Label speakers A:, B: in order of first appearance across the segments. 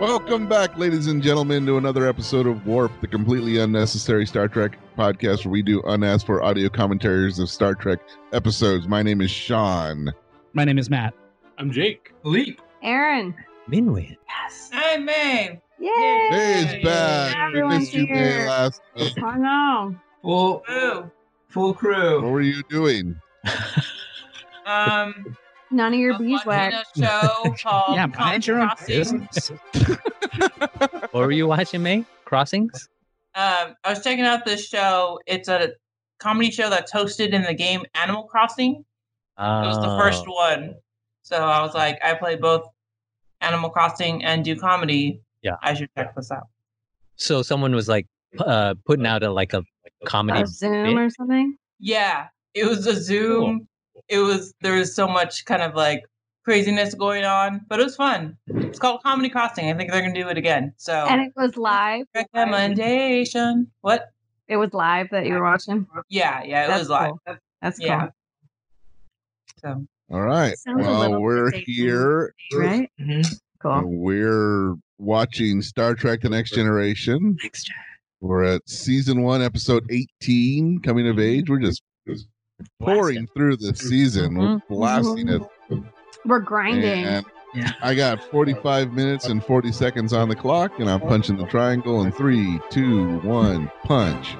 A: Welcome back, ladies and gentlemen, to another episode of Warp, the completely unnecessary Star Trek podcast where we do unasked for audio commentaries of Star Trek episodes. My name is Sean.
B: My name is Matt.
C: I'm Jake.
D: Leap.
E: Aaron.
F: Minwin.
E: Yes.
D: Hey, man.
E: Yay.
A: Hey, it's back. We
E: Everyone's
A: missed you May,
E: here.
A: last.
E: I know.
D: Full,
E: Woo.
D: full
A: What
D: crew.
A: were you doing?
G: um
E: None of your
G: a Montana
E: beeswax.
G: show called
B: Yeah, mind your own
G: Crossing.
B: business.
F: What were you watching, May? Crossings?
G: Um, I was checking out this show. It's a comedy show that's hosted in the game Animal Crossing. It was the first
F: Oh,
G: one. So I was like, I play both Animal Crossing and do comedy.
F: Yeah.
G: I should check this out.
F: So someone was like pu- uh, putting out a like a comedy.
E: A Zoom or something.
G: Yeah. It was a Zoom. It was there was so much kind of like craziness going on, but it was fun. It's called Comedy Crossing. I think they're gonna do it again. So
E: And it was live.
G: recommendation. What?
E: It was live that you were watching.
G: Yeah, yeah, it
E: That's
G: was live.
E: cool. That's cool.
G: Yeah. So
A: All right.
E: Sounds a
A: Well,
E: little
A: we're
E: predictable.
A: here.
E: Right?
B: Mm-hmm.
D: Mhm.
E: Cool.
A: We're watching Star Trek The Next Generation.
B: Next Gen.
A: We're at season one, episode 18, coming of
E: Mm-hmm.
A: age. We're just pouring through this season.
E: Mm-hmm.
A: We're blasting it.
E: We're grinding.
A: And
B: Yeah.
A: I got 45 minutes and 40 seconds on the clock, and I'm punching the triangle in three, two, one, punch.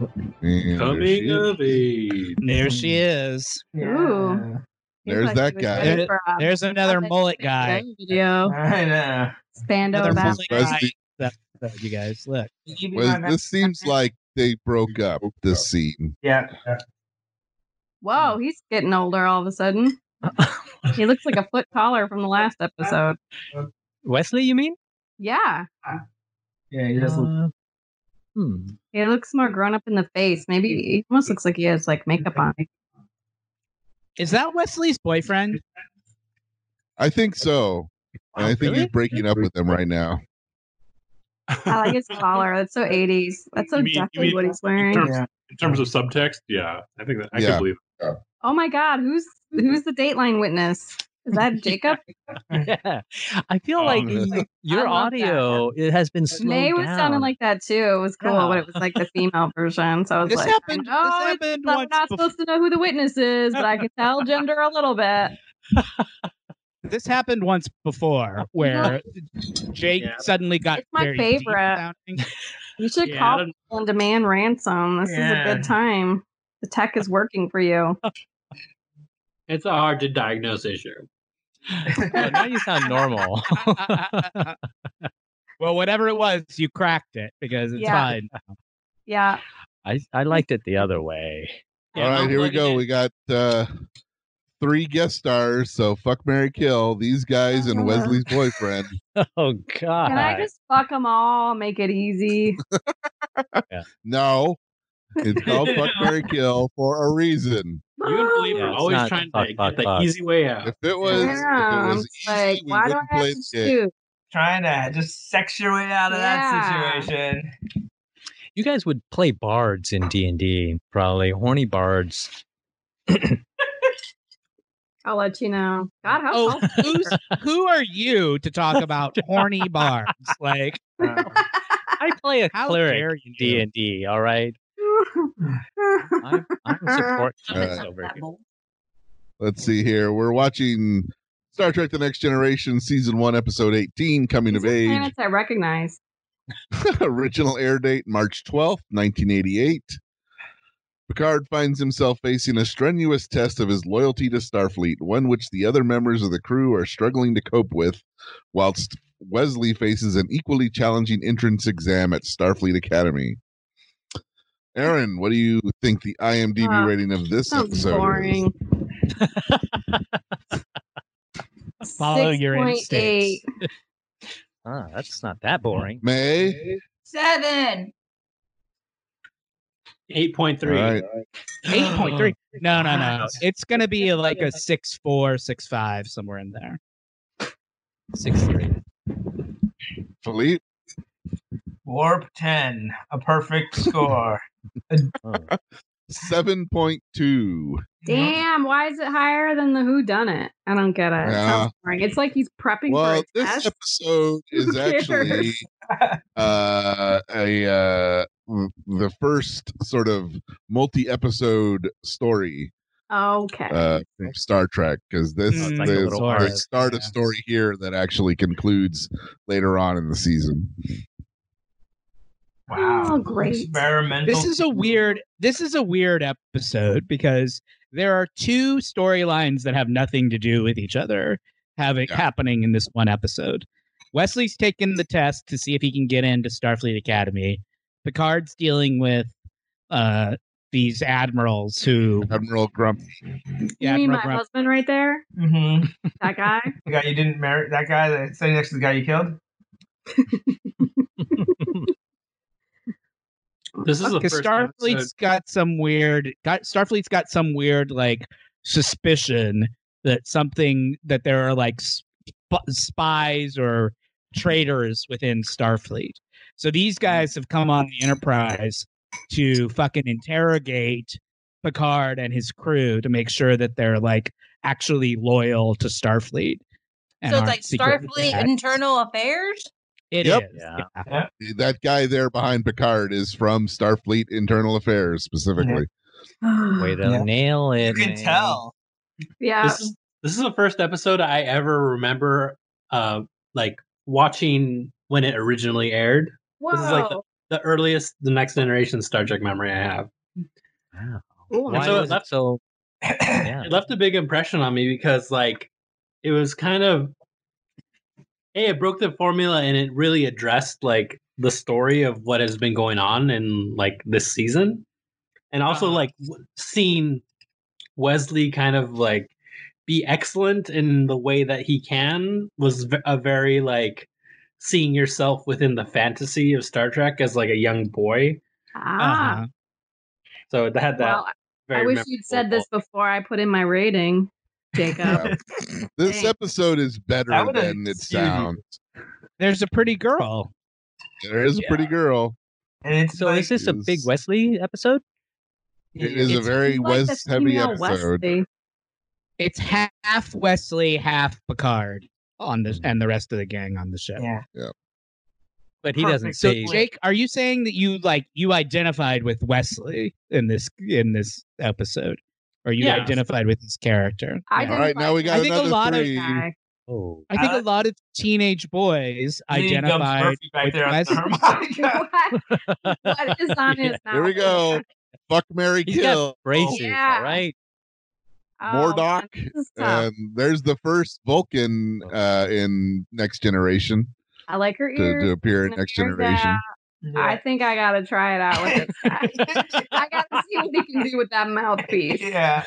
A: And there she
C: Coming
A: is.
C: of age.
B: There she is.
E: Ooh.
A: There's that guy.
B: There- There's another mullet guy.
E: Video.
D: I know.
E: Spando
B: Another
E: about
B: mullet
A: That's
B: guy.
A: the-
B: That, that you guys look.
D: You keep it
A: Well,
D: on that-
A: this seems like they broke up this scene.
D: Yeah.
E: Whoa, he's getting older all of a sudden. he looks like a foot taller from the last episode.
F: Wesley, you mean?
E: Yeah.
D: Yeah, he
G: Oh.
D: does look
F: Uh, hmm.
E: He looks more grown up in the face. Maybe he almost looks like he has like makeup on.
B: Is that Wesley's boyfriend?
A: I think so. And I think he's
F: Really?
A: breaking up with them right now.
E: I like his collar. That's so 80s. That's so
C: You mean- you
E: definitely
C: mean-
E: what he's
C: in,
E: wearing.
C: terms,
D: Yeah.
C: in terms of subtext, yeah, I think that I
A: Yeah.
C: can believe.
E: Oh my God, who's who's the Dateline witness? Is that Jacob?
F: Yeah. I feel
G: Um,
C: Oh,
F: like
A: man.
F: y- your
E: I love that.
F: audio it has been slowed
E: May was
F: down.
E: sounding like that too. It was cool, but it was like the female version. So I was
B: This
E: like,
B: happened.
E: I
B: this
E: know Oh, it's-
B: happened
E: I'm
B: once.
E: not
B: bef-
E: supposed to know who the witness is, but I can tell gender a little bit.
B: this happened once before, where Jake
C: Yeah.
B: suddenly got
E: It's my
B: very
E: favorite.
B: deep sounding.
E: You should
C: Yeah, I
E: call
C: don't-
E: people and demand ransom. This is a
D: Yeah.
E: good time. The tech is working for you.
H: It's a hard to diagnose issue.
F: Oh, now you sound normal.
B: well, whatever it was, you cracked it because it's
E: Yeah.
B: fine.
E: Yeah.
F: I, I liked it the other way.
A: All
H: Yeah,
A: right,
H: I'm
A: here we
H: plugging
A: go.
H: in.
A: We got uh three guest stars. So fuck Mary Kill, these guys and Wesley's boyfriend.
F: Oh God.
E: Can I just fuck them all? Make it easy.
A: No. It's called fuck Mary Kill for a reason.
H: You wouldn't believe
F: Yeah,
H: we're
F: it's
H: always
F: not
H: trying to
F: fuck,
H: like,
F: fuck,
H: get the
F: fuck.
H: easy way out.
A: If it was, if
E: Yeah,
A: it
E: I'm
A: was
E: just
A: easy,
E: like,
A: we
E: why do I
A: wouldn't
E: have
A: play
E: to
A: the game.
E: choose?
D: trying to just sex your way out of
E: Yeah.
D: that situation.
F: You guys would play bards in D and D, probably horny bards.
E: I'll let you know. God, how
B: Oh,
E: selfish you
B: who's who are you to talk about horny bards? Like,
F: I play a
B: How dare
F: cleric
B: you.
F: in D and D. All right,
E: are.
F: I'm, I'm support cleric
A: Alright.
F: over here.
A: Let's see here. We're watching Star Trek The Next Generation, Season 1, Episode 18, Coming of
E: These are
A: Age.
E: planets I recognize.
A: Original air date March 12th, 1988. Picard finds himself facing a strenuous test of his loyalty to Starfleet, one which the other members of the crew are struggling to cope with, whilst Wesley faces an equally challenging entrance exam at Starfleet Academy. Aaron, what do you think the IMDb
E: Uh,
A: rating of this
E: Sounds
A: episode is?
E: boring.
B: Follow your
E: 6.8.
B: instincts.
F: Ah, that's not that boring.
A: May?
G: Seven.
H: Eight point
A: All
H: three.
A: right.
B: Eight point three. No, no, no. It's gonna be like a six four, six five, somewhere in there.
F: Six three.
A: Philippe?
D: Warp 10, a perfect score. A-
F: Oh.
A: seven point two.
E: Damn, why is it higher than the Who Done It? I don't get it. It
A: Yeah.
E: sounds boring. It's like he's prepping
A: Well,
E: for a
A: this
E: test.
A: episode
E: Who
A: is actually uh, a uh, the first sort of multi-episode story
E: Okay.
A: uh, from Star Trek because this
B: Mm,
A: is
B: it's
F: like a
A: the
F: little
B: arc,
A: start of
B: yeah.
A: story here that actually concludes later on in the season.
D: Wow.
E: Oh, great.
D: Experimental.
B: this is a weird this is a weird episode because there are two storylines that have nothing to do with each other having
A: Yeah.
B: happening in this one episode wesley's taking the test to see if he can get into starfleet academy picard's dealing with uh these admirals who
A: Admiral Grumpy.
E: you mean
B: Admiral
E: my
B: Grump-
E: husband right there?
D: Mm-hmm.
E: That guy?
D: The guy you didn't marry, that guy that's sitting next to the guy you killed.
H: This is the
B: because
H: first
B: Starfleet's got some weird got Starfleet's got some weird like suspicion that something that there are like sp- spies or traitors within Starfleet. So
H: Mm.
B: these guys have come on the Enterprise to fucking interrogate Picard and his crew to make sure that they're like actually loyal to Starfleet. and
G: So it's
B: aren't
G: like
B: secret
G: Starfleet
B: bad.
G: Internal Affairs.
B: It
A: Yep.
B: is, Uh-huh.
F: Yeah.
B: yeah.
A: That guy there behind Picard is from Starfleet Internal Affairs specifically.
F: Way to
D: Yeah.
F: nail it.
D: You can
F: man.
D: tell.
E: yeah.
H: This is this is the first episode I ever remember, uh, like watching when it originally aired.
E: Whoa.
H: this is like The earliest, the next generation Star Trek memory I have.
F: Wow.
E: Cool.
F: Why
H: so it
F: was it
H: left-
F: so? Yeah.
H: It left a big impression on me because, like, it was kind of, hey, it broke the formula and it really addressed like the story of what has been going on in like this season, and also
G: Uh-huh.
H: like w- seeing Wesley kind of like be excellent in the way that he can was v- a very like seeing yourself within the fantasy of Star Trek as like a young boy.
E: ah.
B: Uh-huh.
H: So it had that.
E: Well, I
H: very
E: wish you'd said this
H: memorable-
E: before I put in my rating, Jacob.
A: Yeah. This
E: Dang.
A: episode is better
D: That would've
A: than it
D: scared you.
A: sounds.
B: There's a pretty girl.
A: There is a pretty girl.
D: And it's
F: So
D: like,
F: is this a big
A: is-
F: Wesley episode?
A: It is a
E: It's-
A: very
E: he's like the
A: West heavy
E: female
A: episode.
E: Wesley.
B: it's half Wesley, half Picard on this,
E: Mm.
B: and the rest of the gang on the show.
D: yeah.
F: But he doesn't
D: Perfect.
B: So,
F: say.
B: Jake, are you saying that you like you identified with Wesley in this in this episode, or you
H: Yeah.
B: identified with his character?
E: I
B: Yeah.
A: All right, now we
E: identify
A: got
B: I think a
A: another
B: lot of
A: three.
E: guy.
F: Oh.
B: I think a lot of teenage boys identified.
D: Murphy back
B: with
D: there on the
B: Wes-
D: harmonica.
E: what? what is on his mouth?
A: Here we go. Fuck Mary
F: He's got
A: Kill.
F: braces.
E: Yeah.
F: All right.
E: Oh,
A: Mordock,
E: man, this is tough.
A: And there's the first Vulcan uh, in Next Generation
E: I like her
A: to,
E: ears.
A: to appear in
E: and
A: Next
E: there's,
A: Generation.
E: I think I gotta try it out with this guy. I gotta see what he can do with that mouthpiece.
D: yeah.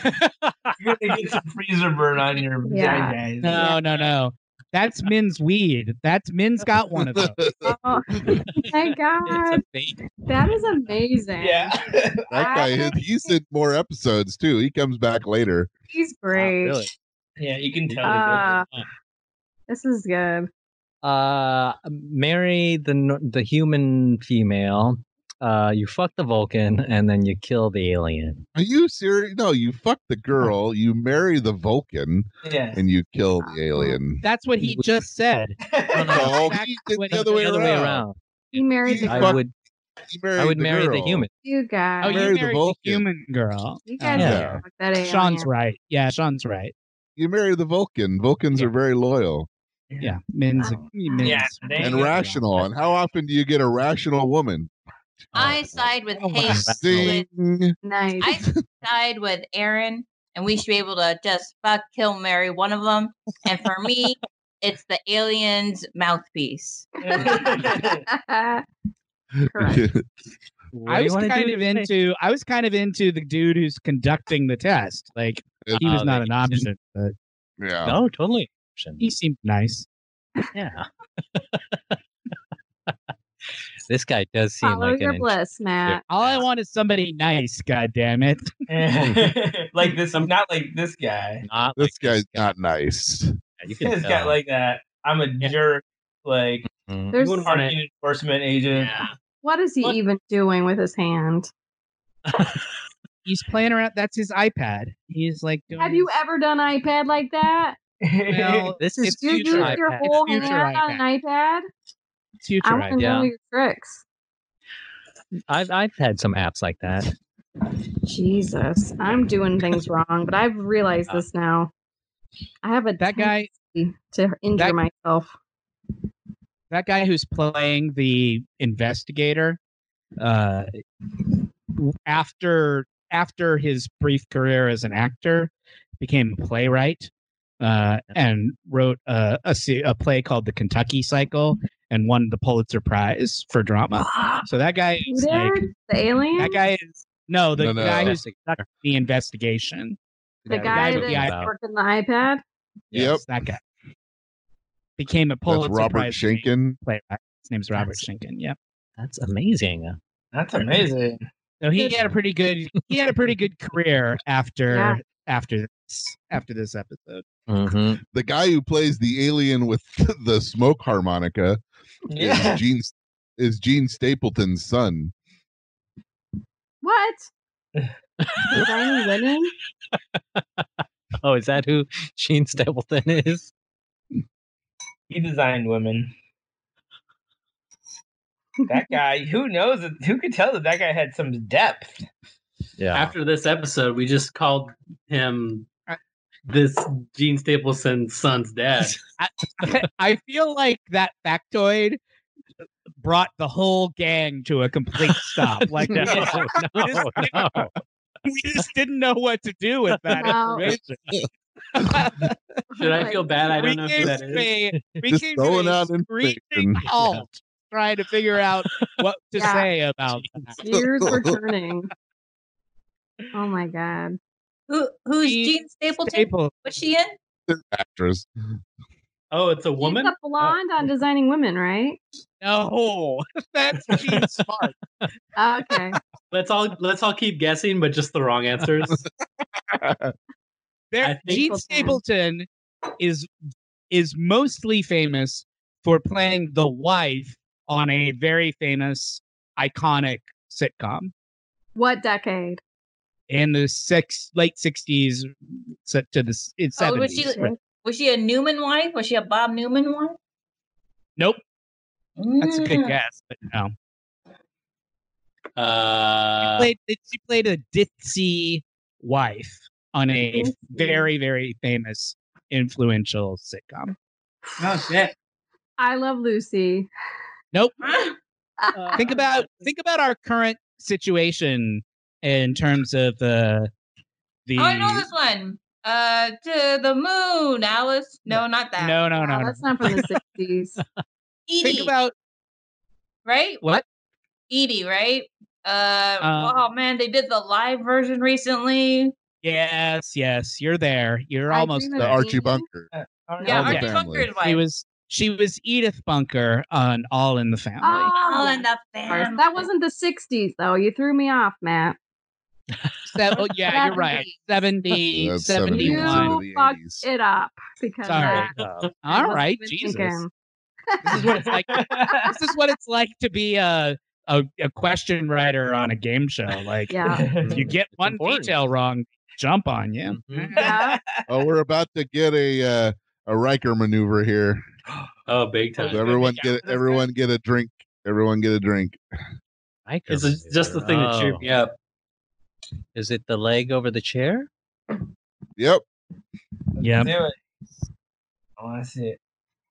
D: You're going to get some freezer burn on your
E: Yeah.
D: guys.
B: No, no, no. That's Min's weed. That's Min's got one of those.
A: that
E: Oh, thank God.
F: It's a fake.
E: That is amazing.
D: Yeah.
A: guy, he- he's in more episodes too. He comes back later.
E: He's
F: Wow,
E: great.
F: really?
D: yeah, you can tell.
E: Ah. This is good.
F: Uh, marry the n- the human female. Uh, you fuck the Vulcan, and then you kill the alien.
A: Are you serious? No, you fuck the girl, you marry the Vulcan,
D: Yeah.
A: and you kill the alien.
B: That's what he just said.
A: No,
B: Back
A: he did
B: when
A: the
B: he-
A: other way
F: the other
A: around.
F: way around.
E: He married the
A: You
F: I
A: fuck
E: girl.
F: would
A: He married
F: I would
A: the
F: marry the
A: girl.
F: human.
E: You guys.
B: Oh, you
A: Marry
B: married
A: the
B: the
A: Vulcan.
B: human girl.
E: You guys
B: Uh,
E: gotta
A: Yeah.
E: fuck that alien.
B: Sean's right. Yeah, Sean's right.
A: You marry the Vulcan. Vulcans are very loyal
B: Yeah, men's, e,
E: Wow.
B: men's
D: Yeah, they-
B: men's-
A: and rational. And how often do you get a rational woman?
G: I side with
B: Oh,
G: Hayes.
B: wow.
A: Zing.
E: Nice.
G: I side with Aaron, and we should be able to just fuck, kill, marry one of them. And for me, it's the alien's mouthpiece.
E: Correct.
B: I
F: What do you
B: was
F: wanna do
B: kind of
F: today?
B: into I was kind of into the dude who's conducting the test. Like
A: It-
B: he was
F: Oh,
B: not
F: the
B: an option,
F: agent.
B: but
A: yeah.
F: No, totally. Option.
B: he seemed nice.
F: Yeah. this guy does seem
E: Follow
F: like
E: your
F: an int-
E: bliss, Matt.
B: All I want is somebody nice, god damn it.
D: like this, not like this guy.
F: not
A: This
F: like
A: guy's not nice.
F: You can
D: This guy
F: tell.
D: like that. I'm a jerk. Like
F: Mm.
E: There's
D: you are an
F: Mm-hmm.
D: enforcement agent.
E: what is he even doing with his hand?
B: he's playing around. That's his iPad. He's like, doing
E: Have you
B: his-
E: ever done iPad like that?
B: Well,
F: This
B: is Mm.
F: is
B: It's
E: You
B: future
E: used
B: iPad.
E: your
B: It's
E: whole
B: future
E: hand on an iPad. I
B: future
E: want to
B: iPad?
E: know
F: Yeah.
E: your tricks.
F: I've I've had some apps like that.
E: Jesus, I'm doing things wrong, but I've realized this now. I have a
B: Uh. That guy,
E: tendency to injure
B: that-
E: myself.
B: that guy who's playing the investigator, uh, after after his brief career as an actor, became a playwright, uh, and wrote a, a se- a play called The Kentucky Cycle and won the Pulitzer Prize for drama. So that guy
E: Who
B: is like
E: did? the alien.
B: That guy is no, the
A: No, no.
B: guy who's conducting the investigation.
E: the
F: Yeah,
E: guy
B: with the
E: that's
B: iPad.
E: working the iPad.
A: Yep.
B: Yes, that guy became a
A: That's
B: Pulitzer
A: Robert
B: Prize
A: Schenken.
B: playwright. His name's Robert
F: That's-
B: Schenken. Yeah,
F: That's amazing.
D: That's amazing.
B: so he had a pretty good he had a pretty good career after
E: Yeah.
B: after this after this episode.
H: Mm-hmm.
F: Mhm.
A: The guy who plays the alien with the smoke harmonica
D: Yeah.
A: is Gene is Gene Stapleton's son.
E: What? Is Diane winning?
F: Oh, is that who Gene Stapleton is?
D: He designed women. That guy, who knows? Who could tell that that guy had some depth?
F: Yeah.
H: After this episode, we just called him
B: I-
H: this Gene Stapleton's son's dad.
B: I feel like that factoid brought the whole gang to a complete stop. Like
F: no,
B: we,
F: no,
B: just,
F: no.
B: we just didn't know what to do with that
E: No.
B: information.
H: Should I
E: Oh
H: feel
E: my
H: bad? I
E: God.
H: don't know who
B: came
H: that
B: to
H: is.
B: a- we
A: Just
B: came to
A: throwing
B: a
A: out
B: screeching
A: information. Yeah.
B: halt trying to figure out what to
E: Yeah.
B: say about that.
E: Gears were turning. Oh my god.
G: Who who's
B: Jean
G: Jean Stapleton?
B: Staple.
G: What's she in?
A: Actress.
H: Oh, it's a woman.
E: She's a blonde on designing women, right?
B: No, that's Gene Smart.
E: Ah, Okay.
H: Let's all let's all keep guessing, but just the wrong answers. I
B: There,
H: think-
B: Gene Stapleton is is mostly famous for playing the wife on a very famous, iconic sitcom
E: What decade?
B: in the six late sixties to the s- it's
G: Oh, was
B: seventies.
G: she- Was she a Newman wife? Was she a Bob Newman wife?
B: Nope, that's a good
G: Mm.
B: guess, but no.
H: Uh,
B: played she played a ditzy wife on a
E: Ditzy.
B: very very famous influential sitcom.
H: oh shit!
E: I love Lucy.
B: Think about think about our current situation in terms of uh, the
G: Oh, I know this one. Uh, to the moon, Alice. No, not that.
B: no no no
E: Oh,
B: no.
E: that's not from the 60s.
G: Edie,
B: Think about
G: right?
B: what
G: Edie, right? Uh,
B: Um,
G: oh man, they did the live version recently.
B: yes yes you're there you're
E: I
B: almost
E: dream
A: The
E: of
B: there.
A: Archie
E: Jean.
A: Bunker.
G: Yeah,
A: All the
G: Archie
A: family.
G: Bunker's
B: She
G: wife.
B: was she was Edith Bunker on All in the Family.
G: All
E: Oh,
G: in the
E: Mars.
G: family.
E: That wasn't the 60s, though. You threw me off, Matt.
B: Se- oh, yeah, you're right. 70,
A: That's 70s
B: 71.
A: into
E: You
A: the
E: fucked
A: 80s.
E: it up because
B: Sorry.
E: I- I
B: All
E: wasn't
B: right,
E: even
B: Jesus. This
E: thinking.
B: is what it's like. this is what it's like to be a, a a question writer on a game show. Like
E: Yeah.
B: if you get one
F: important.
B: detail wrong, jump on you.
F: Mhm.
E: yeah.
A: Oh, we're about to get a uh, a Riker maneuver here.
H: Oh, big
A: So
H: time!
A: everyone get
B: this
A: everyone get a drink. Everyone get a drink.
F: I could
H: It's just- just the thing that
F: Oh.
H: cheered me up.
F: Is it the leg over the chair?
A: Yep.
B: Yeah.
D: Do it. Oh, I want to see it.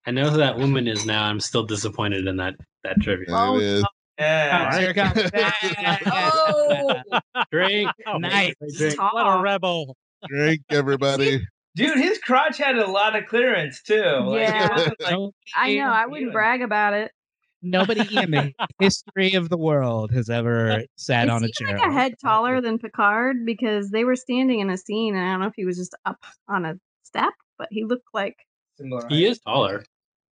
H: I know who that woman is now. I'm still disappointed in that that trivia.
A: And it is.
D: Yeah.
B: Here comes that.
G: Oh,
H: Drink,
F: Oh,
B: Nice.
H: drink.
F: What a rebel!
A: Drink, everybody.
D: Dude, his crotch had a lot of clearance too. Like,
E: Yeah.
D: it wasn't like,
E: I know. I wouldn't
D: Yeah.
E: brag about it.
B: Nobody in the history of the world has ever sat
E: Is
B: on a
E: he
B: chair.
E: like a head taller than Picard? Because they were standing in a scene, and I don't know if he was just up on a step, but he looked like
D: similar height.
H: He is taller.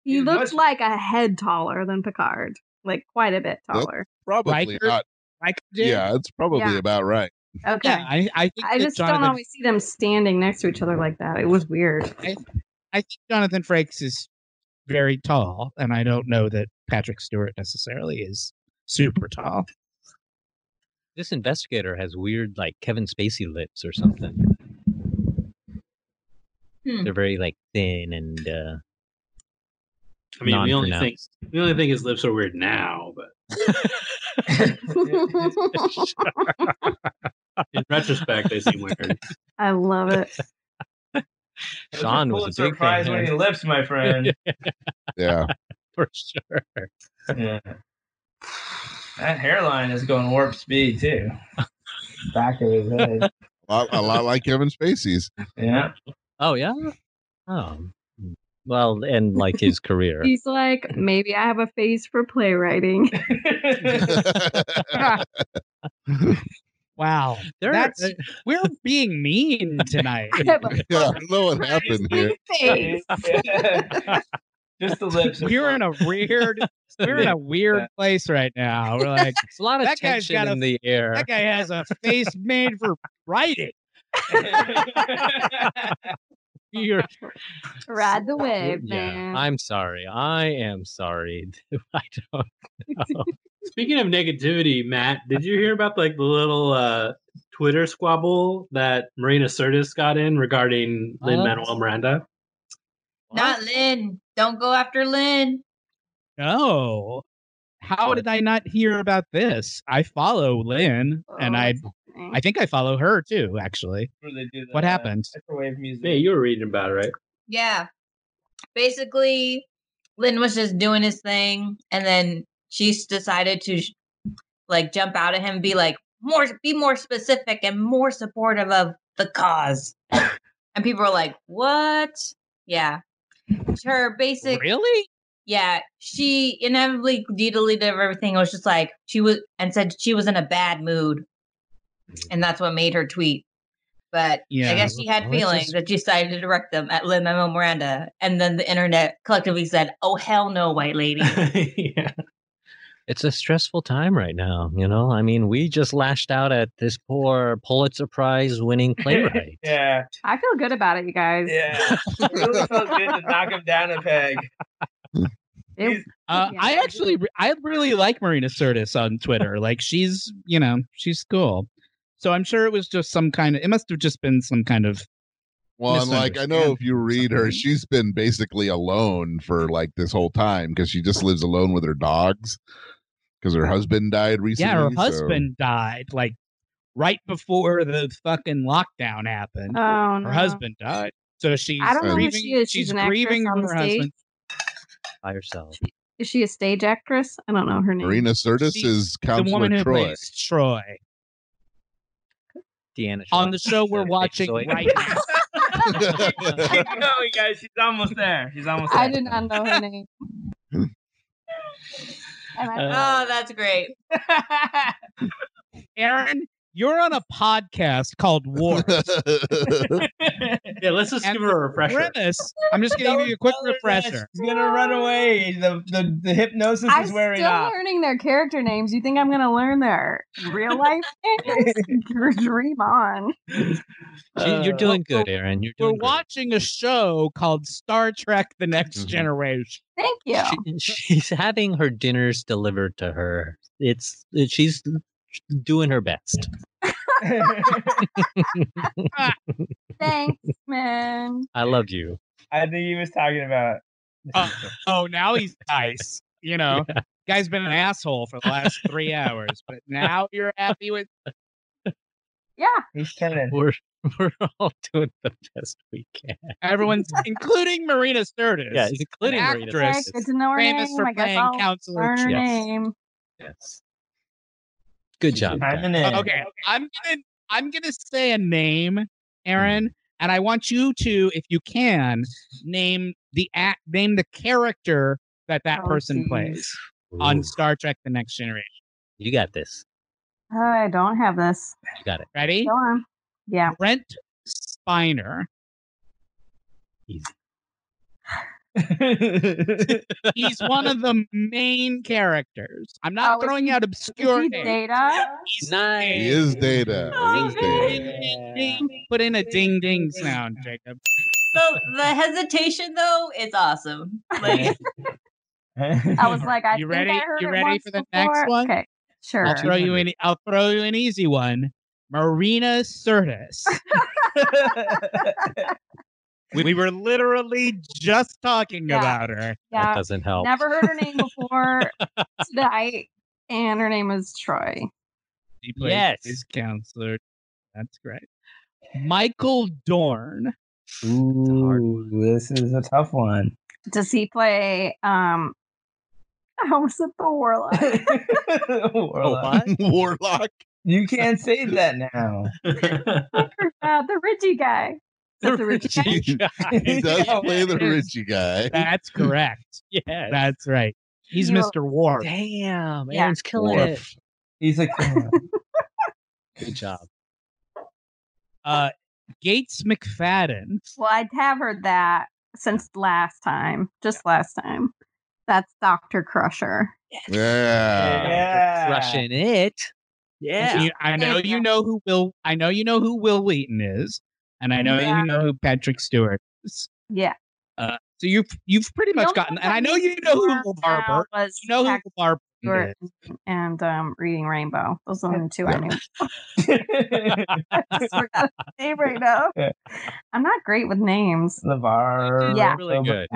E: he
D: He's
E: looked
D: much-
E: like a head taller than Picard, like quite a bit
A: Nope.
E: taller.
A: Probably
B: Riker?
A: not.
B: Like, dude,
A: Yeah, it's probably
E: Yeah.
A: about right.
E: Okay.
B: yeah. I, I think
E: I
B: that
E: just
B: Jonathan,
E: don't always see them standing next to each other like that. It was weird.
B: I think Jonathan Frakes is very tall, and I don't know that Patrick Stewart necessarily is super tall.
F: This investigator has weird, like Kevin Spacey lips or something.
G: Hmm.
F: They're very like thin and uh,
H: I mean, the only thing
F: Non-pronounced.
H: the only thing his lips are weird now, but in retrospect, they seem weird.
E: I love it.
F: Sean was a big fan.
D: prize winning lips, my friend.
A: Yeah.
F: for sure.
D: yeah. That hairline is going warp speed too. Back of his head.
A: A lot, a lot like Kevin Spacey's.
D: Yeah.
F: Oh yeah. Oh. Well, and like his career.
E: He's like, maybe I have a face for playwriting.
B: Wow.
F: There are-
B: That's- We're being mean tonight.
E: I have a
A: yeah, I don't know what happened here.
E: face.
D: Just the lips.
B: We're in a weird we're in a weird place right now. We're like,
F: it's a lot of
B: that guy's
F: tension
B: got a-
F: in the air.
B: that guy has a face made for writing. You're
E: Ride the wave,
F: yeah,
E: man.
F: I'm sorry. I am sorry. I don't.
H: Speaking of negativity, Matt, did you hear about like the little uh, Twitter squabble that Marina Sirtis got in regarding
F: What?
H: Lin Manuel Miranda?
G: Not Lynn. Don't go after Lynn.
B: no. How did I not hear about this? I follow Lynn and
E: Oh,
B: I
E: that's happening.
B: I think I follow her too, actually.
D: Where they do the
B: What happened?
D: Microwave music.
H: Yeah, you were reading about it, right?
G: Yeah. Basically, Lynn was just doing his thing, and then she s- decided to sh- like jump out at him, and be like, more, be more specific and more supportive of the cause. and people were like, "What?" Yeah. Her basic
B: Really?
G: yeah, she inevitably deleted everything. It was just like she was and said she was in a bad mood, and that's what made her tweet. But
B: Yeah,
G: I guess she had
F: well, it's
G: feelings
F: just-
G: that she decided to direct them at Lin Manuel Miranda, and then the internet collectively said, "Oh hell no, white lady."
H: yeah.
F: It's a stressful time right now. You know. I mean, we just lashed out at this poor Pulitzer Prize winning playwright.
D: Yeah.
E: I feel good about it, you guys.
D: Yeah. It really felt good to knock him down a peg.
E: It-
D: He's-
B: Uh,
E: Yeah.
B: I actually, re- I really like Marina Sirtis on Twitter. like she's, you know, she's cool. So I'm sure it was just some kind of. It must have just been some kind of.
A: Well, and like I know if you read her,
B: Misunderstanding.
A: she's been basically alone for like this whole time because she just lives alone with her dogs because her husband died recently.
B: yeah, her
A: so-
B: husband died like right before the fucking lockdown happened.
E: oh, no.
B: her husband died, so she's.
E: I don't know
B: grieving,
E: who she is. She's, an actress
B: grieving
E: on the
B: her
E: stage.
B: husband.
F: By yourself.
E: Is she a stage actress? I don't know her name.
A: Marina Sirtis
B: She-
A: is
B: The
A: Counselor
B: woman who
A: Troy.
B: plays Troy
F: Deanna.
B: on
F: Shore.
B: the show we're
F: Zoe-
B: watching
F: Zoe-
B: right now.
D: Keep going, guys. She's almost there. She's almost there.
E: I did not know her name. And
B: Uh,
E: I-
G: oh, that's great.
B: Aaron, you're on a podcast called War.
H: Yeah, let's just
B: And
H: give her a refresher.
B: Premise. I'm just going to give you a quick refresher.
D: She's gonna run away. The the, the hypnosis
E: I'm
D: is
E: still
D: wearing off.
E: learning their character names. You think I'm going to learn their real life names? Dream on.
F: She- You're
D: Uh,
F: doing good, Aaron. You're
B: We're
F: doing great.
B: watching a show called Star Trek The Next
A: Mhm.
B: Generation.
E: Thank you.
F: She, she's having her dinners delivered to her. It's it, she's doing her best.
E: Thanks, man.
F: I love you.
D: I think he was talking about.
B: Uh, oh, now he's nice. You know, guy's been an asshole for the last three hours, but now you're happy with.
E: Yeah.
D: He's Kevin.
F: We're we're all doing the best we can.
B: Everyone's, including Marina Sirtis,
F: Yeah, including Marina.
E: Okay,
B: actress. Dress.
E: good to know her
B: famous
E: name.
B: for
E: I guess
B: playing
E: I'll
B: Counselor
E: learn her
B: Troy.
F: Yes.
E: name.
F: Yes. Good job. guys.
D: Chiming in.
B: Okay, I'm gonna I'm gonna say a name, Aaron, and I want you to, if you can, name the act, name the character that that
E: Oh,
B: person
E: geez.
B: plays
F: Ooh,
B: on Star Trek: The Next Generation.
F: you got this.
E: Oh, I don't have this.
F: You got it.
B: Ready?
E: Go on. Yeah.
B: Brent Spiner. He's one of the main characters. I'm
E: Oh,
B: not
E: is
B: throwing
E: he-
B: out
E: Is
B: obscure
E: he
B: names.
E: data?
A: he is data. He
B: Oh,
A: is data.
B: Ding, ding. Put in a ding ding sound, Jacob.
G: The the hesitation though is awesome. Like
E: I was like, I
B: You ready-
E: think I heard
B: you
E: it
B: ready
E: once
B: for the next
E: before.
B: one?
E: Okay. Sure.
B: I'll throw you in. I'll throw you an easy one. Marina Sirtis. we, we were literally just talking
E: Yeah.
B: about her.
F: That
E: yeah.
F: doesn't help.
E: Never heard her name before tonight. And her name is Troy.
B: She plays
F: Yes.
B: his counselor. That's great. Michael Dorn.
D: Ooh, this is a tough one.
E: Does he play um I almost said the warlock.
D: Warlock.
A: Warlock.
D: You can't say that now.
E: Uh, the Richie guy. Is that the Richie guy?
A: He He does
D: Yeah,
A: play the
B: it is.
A: Richie guy.
B: That's correct.
F: Yeah.
B: That's right. He's
E: You-
B: Mr. War.
F: Damn.
E: Yeah.
F: Aaron's killing
A: Worf.
D: He's like,
F: it. Good job.
B: Uh, Gates McFadden.
E: Well, I'd have heard that since last time, just last time. That's Dr. Crusher.
D: Uh,
A: Yeah.
D: yeah.
F: Crushing it. Yeah.
B: You- I know you know who Will. I know you know who Will Wheaton is, and I know
E: Yeah.
B: you know who Patrick Stewart is.
E: Yeah.
B: So you've you've pretty
E: The
B: much
E: only
B: gotten,
E: ones
B: and
E: I
B: I know
E: knew
B: you know
E: around
B: who LeVar
E: now
B: Burton.
E: was
B: You know
E: Patrick
B: who LeVar Burton
E: Stewart
B: is.
E: and um, Reading Rainbow. Those are the only two I knew. I just forgot his name right now. I'm not great with names.
D: Levar.
E: Yeah.
F: Really good.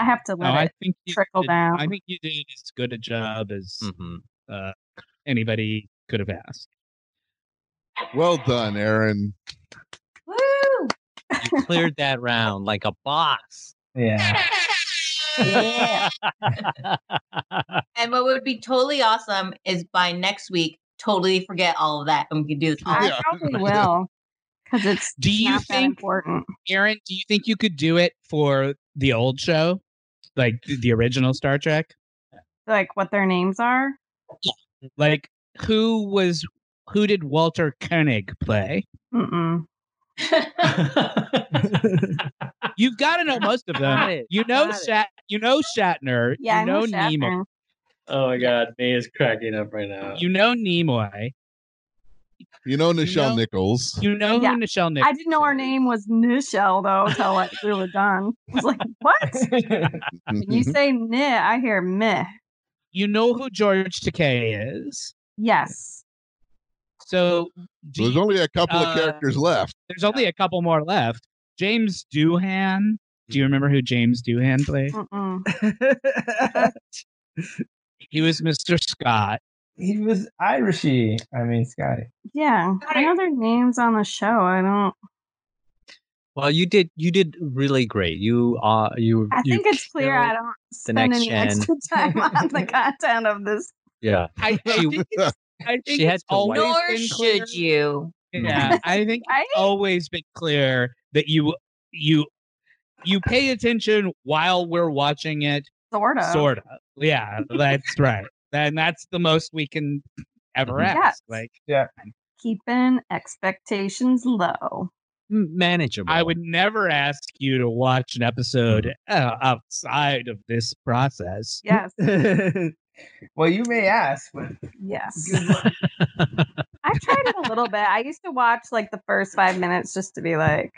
E: I have to
B: No,
E: let
B: I
E: it
B: think you
E: trickle
B: did-
E: down.
B: I think you did as good a job as
F: hmm
B: uh, anybody could have asked.
A: Well done, Aaron.
G: Woo!
F: You cleared that round like a boss.
D: Yeah.
G: Yeah. and what would be totally awesome is by next week, totally forget all of that and we can do this all.
E: I
A: Yeah.
E: probably will because it's
B: Do you
E: not that
B: think-
E: important.
B: Aaron, do you think you could do it for the old show, like th- the original Star Trek?
E: Like what their names are.
B: Like who was who did Walter Koenig play?
E: Mm-mm.
B: You've got to know most of
F: Got
B: them.
F: it,
B: You know
F: got it.
B: Shat. You know Shatner.
E: Yeah,
B: you
E: I know
B: Nimoy.
E: Shatner.
H: oh my god, me is cracking up right now.
B: You know Nimoy.
A: You know Nichelle
B: know-
A: Nichols.
B: You know
E: Yeah.
B: who Nichelle Nichols.
E: I didn't know her name was Nichelle though until like we were done. I was like, what? When you say meh, I hear meh.
B: You know who George Takei is.
E: Yes.
B: So
A: Mm-hmm.
B: do
A: There's
B: you-
A: only a couple
B: uh,
A: of characters left.
B: there's only a couple more left. James Doohan.
A: Mm-hmm.
B: Do you remember who James Doohan played?
E: Mm-mm.
B: He was Mr. Scott.
D: he was Irishy. I mean, Scotty.
E: Yeah. I know their names on the show. I don't.
F: Well, you did. You did really great. You are. you.
E: I
F: you
E: think it's clear I
F: killed-
E: don't spend
F: next
E: any
F: gen.
E: extra time on the content of this.
F: Yeah.
B: I, I
A: She-
B: think it's, I think
F: She had
B: it's
F: to wipe-
B: always
G: Nor
B: been clear-
G: should you.
B: Yeah, I think
E: Right?
B: always been clear that you you you pay attention while we're watching it
E: Sort of.
G: Uh-huh.
B: sort of yeah that's right and that's the most we can ever
A: Mm-hmm.
F: Mhm.
B: ask
E: Yes.
B: like
E: Keeping expectations low.
F: m- manageable.
B: i would never ask you to watch an episode
E: Mm-hmm.
B: uh, outside of this process
E: Yes.
D: well, you may ask, but
E: Yes.
D: good luck.
E: I tried it a little bit. I used to watch like the first five minutes just to be like,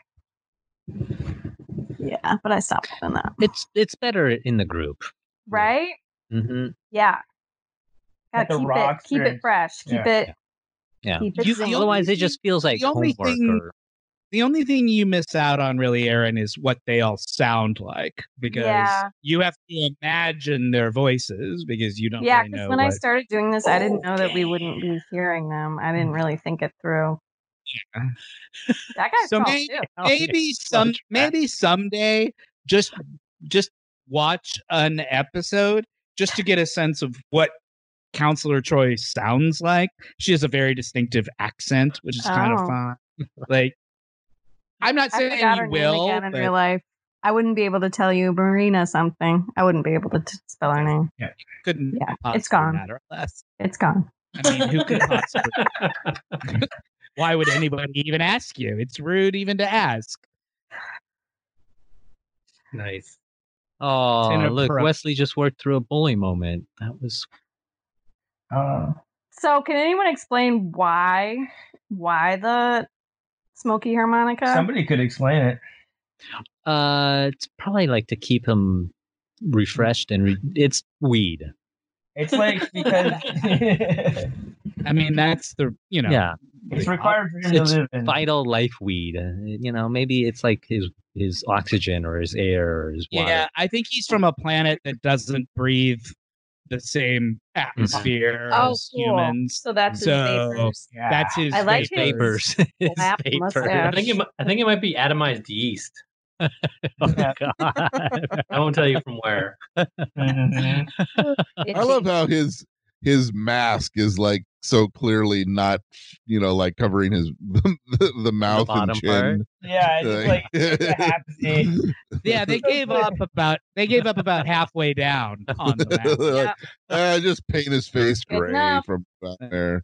E: yeah, but I stopped doing that.
F: It's it's better in the group.
E: Right?
F: hmm
E: Yeah.
D: Like
E: Gotta
D: a
E: keep
D: raw
E: it, keep it
D: experience.
E: fresh. Keep
D: Yeah.
E: it.
F: Yeah.
E: Keep it
B: You-
E: zingy.
B: The only
F: Otherwise, it
B: thing-
F: just feels like
B: the only
F: homework.
B: thing-
F: or,
B: the only thing you miss out on really aaron is what they all sound like because
E: Yeah.
B: you have to imagine their voices because you don't
E: yeah,
B: really
E: because
B: know
E: when I
B: what-
E: started doing this, I didn't know that we wouldn't be hearing them. I didn't really think it through.
B: Yeah.
E: That guy's
B: So
E: tall
B: maybe-
E: too.
B: maybe some
F: track.
B: maybe someday just just watch an episode just to get a sense of what counselor troy sounds like she has a very distinctive accent which is kind of
E: Oh.
B: fun like i'm not
E: I
B: saying
E: forgot
B: you
E: her
B: will
E: name again in
B: but
E: real life. I wouldn't be able to tell you Marina something. I wouldn't be able to t- spell her name.
B: couldn't
E: Yeah,
B: possibly
E: it's gone.
B: matter less
E: It's gone.
B: i mean who could possibly why would anybody even ask you it's rude even to ask
H: nice.
F: oh, look,
B: inappropriate.
F: Wesley just worked through a bully moment. That was
D: Uh,
E: So, can anyone explain why why the smoky harmonica?
D: somebody could explain it.
B: Mm.
F: uh, it's probably like to keep him refreshed and re- it's weed.
D: It's like because
B: I mean, that's the you know.
F: yeah,
D: it's required for him
F: It's
D: to live
B: Mm.
D: in.
F: vital life weed. uh, You know, maybe it's like his his oxygen or his air or his water.
B: Yeah, I think he's from a planet that doesn't breathe the same
F: Mm-hmm.
B: atmosphere
E: Oh,
B: as
E: cool.
B: humans.
E: So that's his
B: So-
E: vapors.
D: Yeah.
B: That's his
E: I like his-
B: vapors.
F: Vapors. His
E: Lap
F: vapor.
E: mustache.
H: I think it, mi- I think it might be atomized yeast.
F: Oh,
D: Yeah.
F: God.
H: I won't tell you from where.
D: Mhm.
A: I love how his his mask is like so clearly not, you know, like covering his the, the mouth and
F: bottom
A: chin.
D: yeah, it's just like it's a hapsy.
B: yeah, they gave up about they gave up about halfway down on the map.
A: Like, "Ah, just paint his face
E: Good
A: gray
E: enough.
A: from down
B: Uh,
A: there.